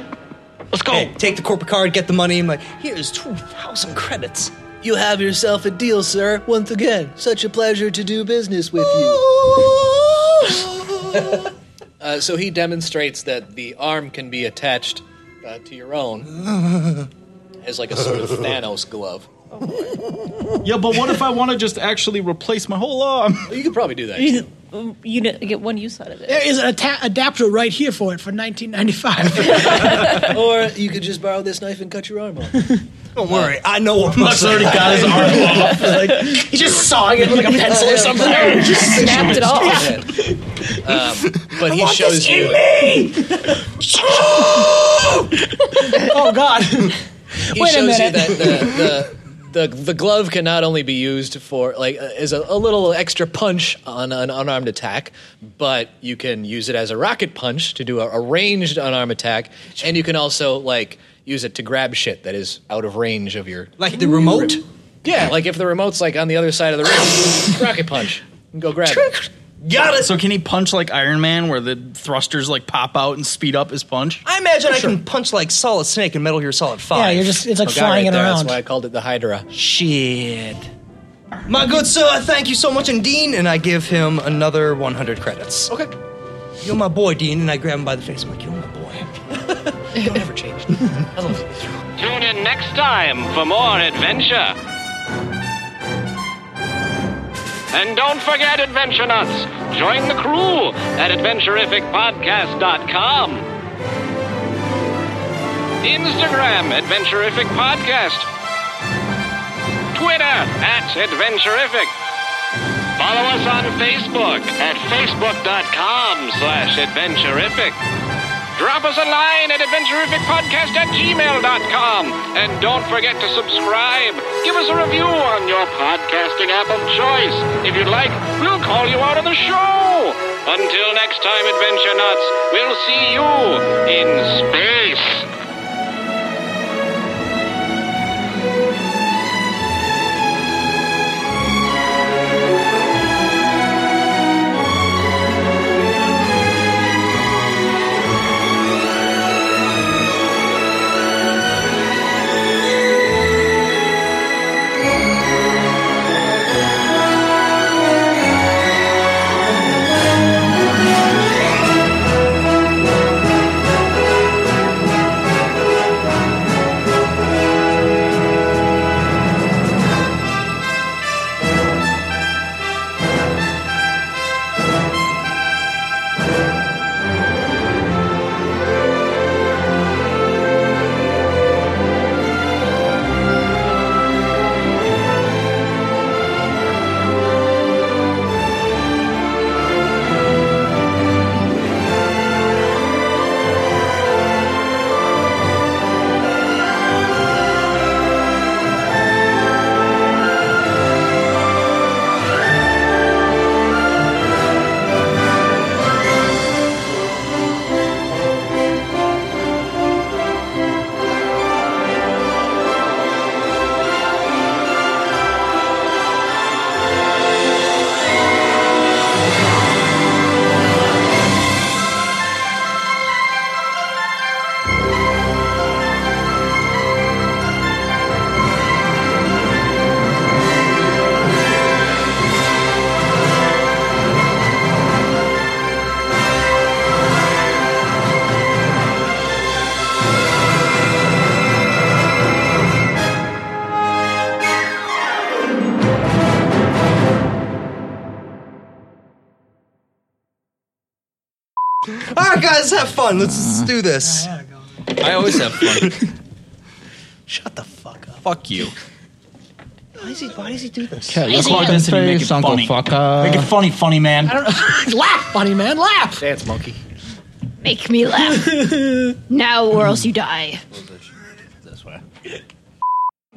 Speaker 24: Let's go.
Speaker 2: take the corporate card, get the money. I'm like,
Speaker 25: Here's 2,000 credits.
Speaker 13: You have yourself a deal, sir. Once again, such a pleasure to do business with you.
Speaker 8: Uh, so he demonstrates that the arm can be attached uh, to your own as like a sort of Thanos glove.
Speaker 28: Yeah, but what if I want to just actually replace my whole arm?
Speaker 8: You could probably do that.
Speaker 28: You,
Speaker 11: you get one use out of it.
Speaker 7: There is an atta- adapter right here for it for 1995.
Speaker 13: or you could just borrow this knife and cut your arm off.
Speaker 2: don't worry, I know what
Speaker 13: Muck's already got his arm off.
Speaker 2: Like,
Speaker 7: he just sawing it with like a pencil or something.
Speaker 2: No,
Speaker 8: just
Speaker 2: snapped it off.
Speaker 8: Um, but he
Speaker 7: want
Speaker 8: shows
Speaker 7: this
Speaker 8: you.
Speaker 7: oh God!
Speaker 8: He
Speaker 7: Wait a
Speaker 8: shows you
Speaker 7: minute.
Speaker 8: that the, the, the, the glove can not only be used for like uh, as a, a little extra punch on an unarmed attack, but you can use it as a rocket punch to do a, a ranged unarmed attack, and you can also like use it to grab shit that is out of range of your
Speaker 2: like the remote.
Speaker 8: Yeah, like if the remote's like on the other side of the room, rocket punch, and go grab it.
Speaker 2: Got it.
Speaker 28: So can he punch like Iron Man, where the thrusters like pop out and speed up his punch?
Speaker 2: I imagine I
Speaker 28: Sure.
Speaker 2: can punch like Solid Snake in Metal Gear Solid Five.
Speaker 28: Yeah, you're just- it's like Forgot flying right it there, that's around. why
Speaker 8: I called it the Hydra.
Speaker 2: Shit. My good sir, thank you so much, and Dean, and I give him another 100 credits.
Speaker 8: Okay.
Speaker 2: You're my boy, Dean, and I grab him by the face. I'm like, you're my boy.
Speaker 8: Don't ever change.
Speaker 1: Tune in next time for more adventure. And don't forget, Adventure Nuts! Join the crew at AdventurificPodcast.com. Instagram, Adventurific Podcast. Twitter, at Adventurific. Follow us on Facebook at Facebook.com slash Adventurific. Drop us a line at adventurificpodcast at gmail.com. And don't forget to subscribe. Give us a review on your podcasting app of choice. If you'd like, we'll call you out on the show. Until next time, Adventure Nuts, we'll see you in space.
Speaker 2: have fun. Let's just do this.
Speaker 9: I always have fun.
Speaker 2: Shut the
Speaker 9: Fuck you.
Speaker 29: Why does he, why does he do this?
Speaker 9: Okay, look like this and you make it funny. Make it funny, funny man.
Speaker 7: I don't know. laugh, funny man, laugh.
Speaker 9: Dance monkey.
Speaker 6: Make me laugh. now or else you die.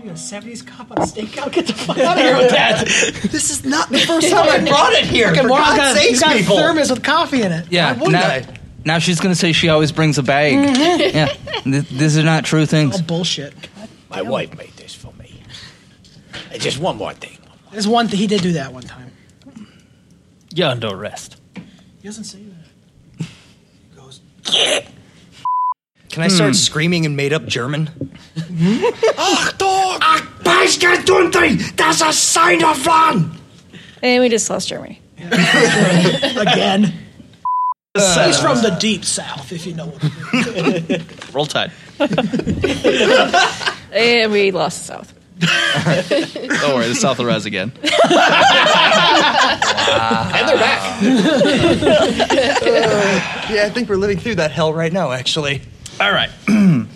Speaker 7: You a 70s cop on a stakeout? Get the fuck out of here with that.
Speaker 29: this is not the first time I brought it here.
Speaker 7: Fucking
Speaker 29: For
Speaker 7: moron's
Speaker 29: God's
Speaker 7: got,
Speaker 29: sakes,
Speaker 7: he's got
Speaker 29: people.
Speaker 7: a thermos with coffee in it.
Speaker 9: Yeah.
Speaker 7: Why wouldn't
Speaker 9: Now,
Speaker 7: I?
Speaker 9: now she's gonna say she always brings a bag.
Speaker 7: Mhm.
Speaker 9: yeah. Th- these are not true things.
Speaker 7: Oh, bullshit.
Speaker 8: My wife made this for me. And just one more thing.
Speaker 7: There's one thing he did do that one time.
Speaker 9: You're under arrest.
Speaker 7: He doesn't say that.
Speaker 4: Can I start
Speaker 7: Hmm.
Speaker 4: screaming in made up German?
Speaker 30: Achtung!
Speaker 4: That's a sign of fun!
Speaker 30: And we just lost Germany.
Speaker 7: Again.
Speaker 30: Uh.
Speaker 7: He's from the deep south, if you know what I mean.
Speaker 9: Roll tide.
Speaker 30: and we lost the South.
Speaker 5: Don't worry, the South will rise again.
Speaker 2: And they're back. yeah, I think we're living through that hell right now, actually.
Speaker 5: All right.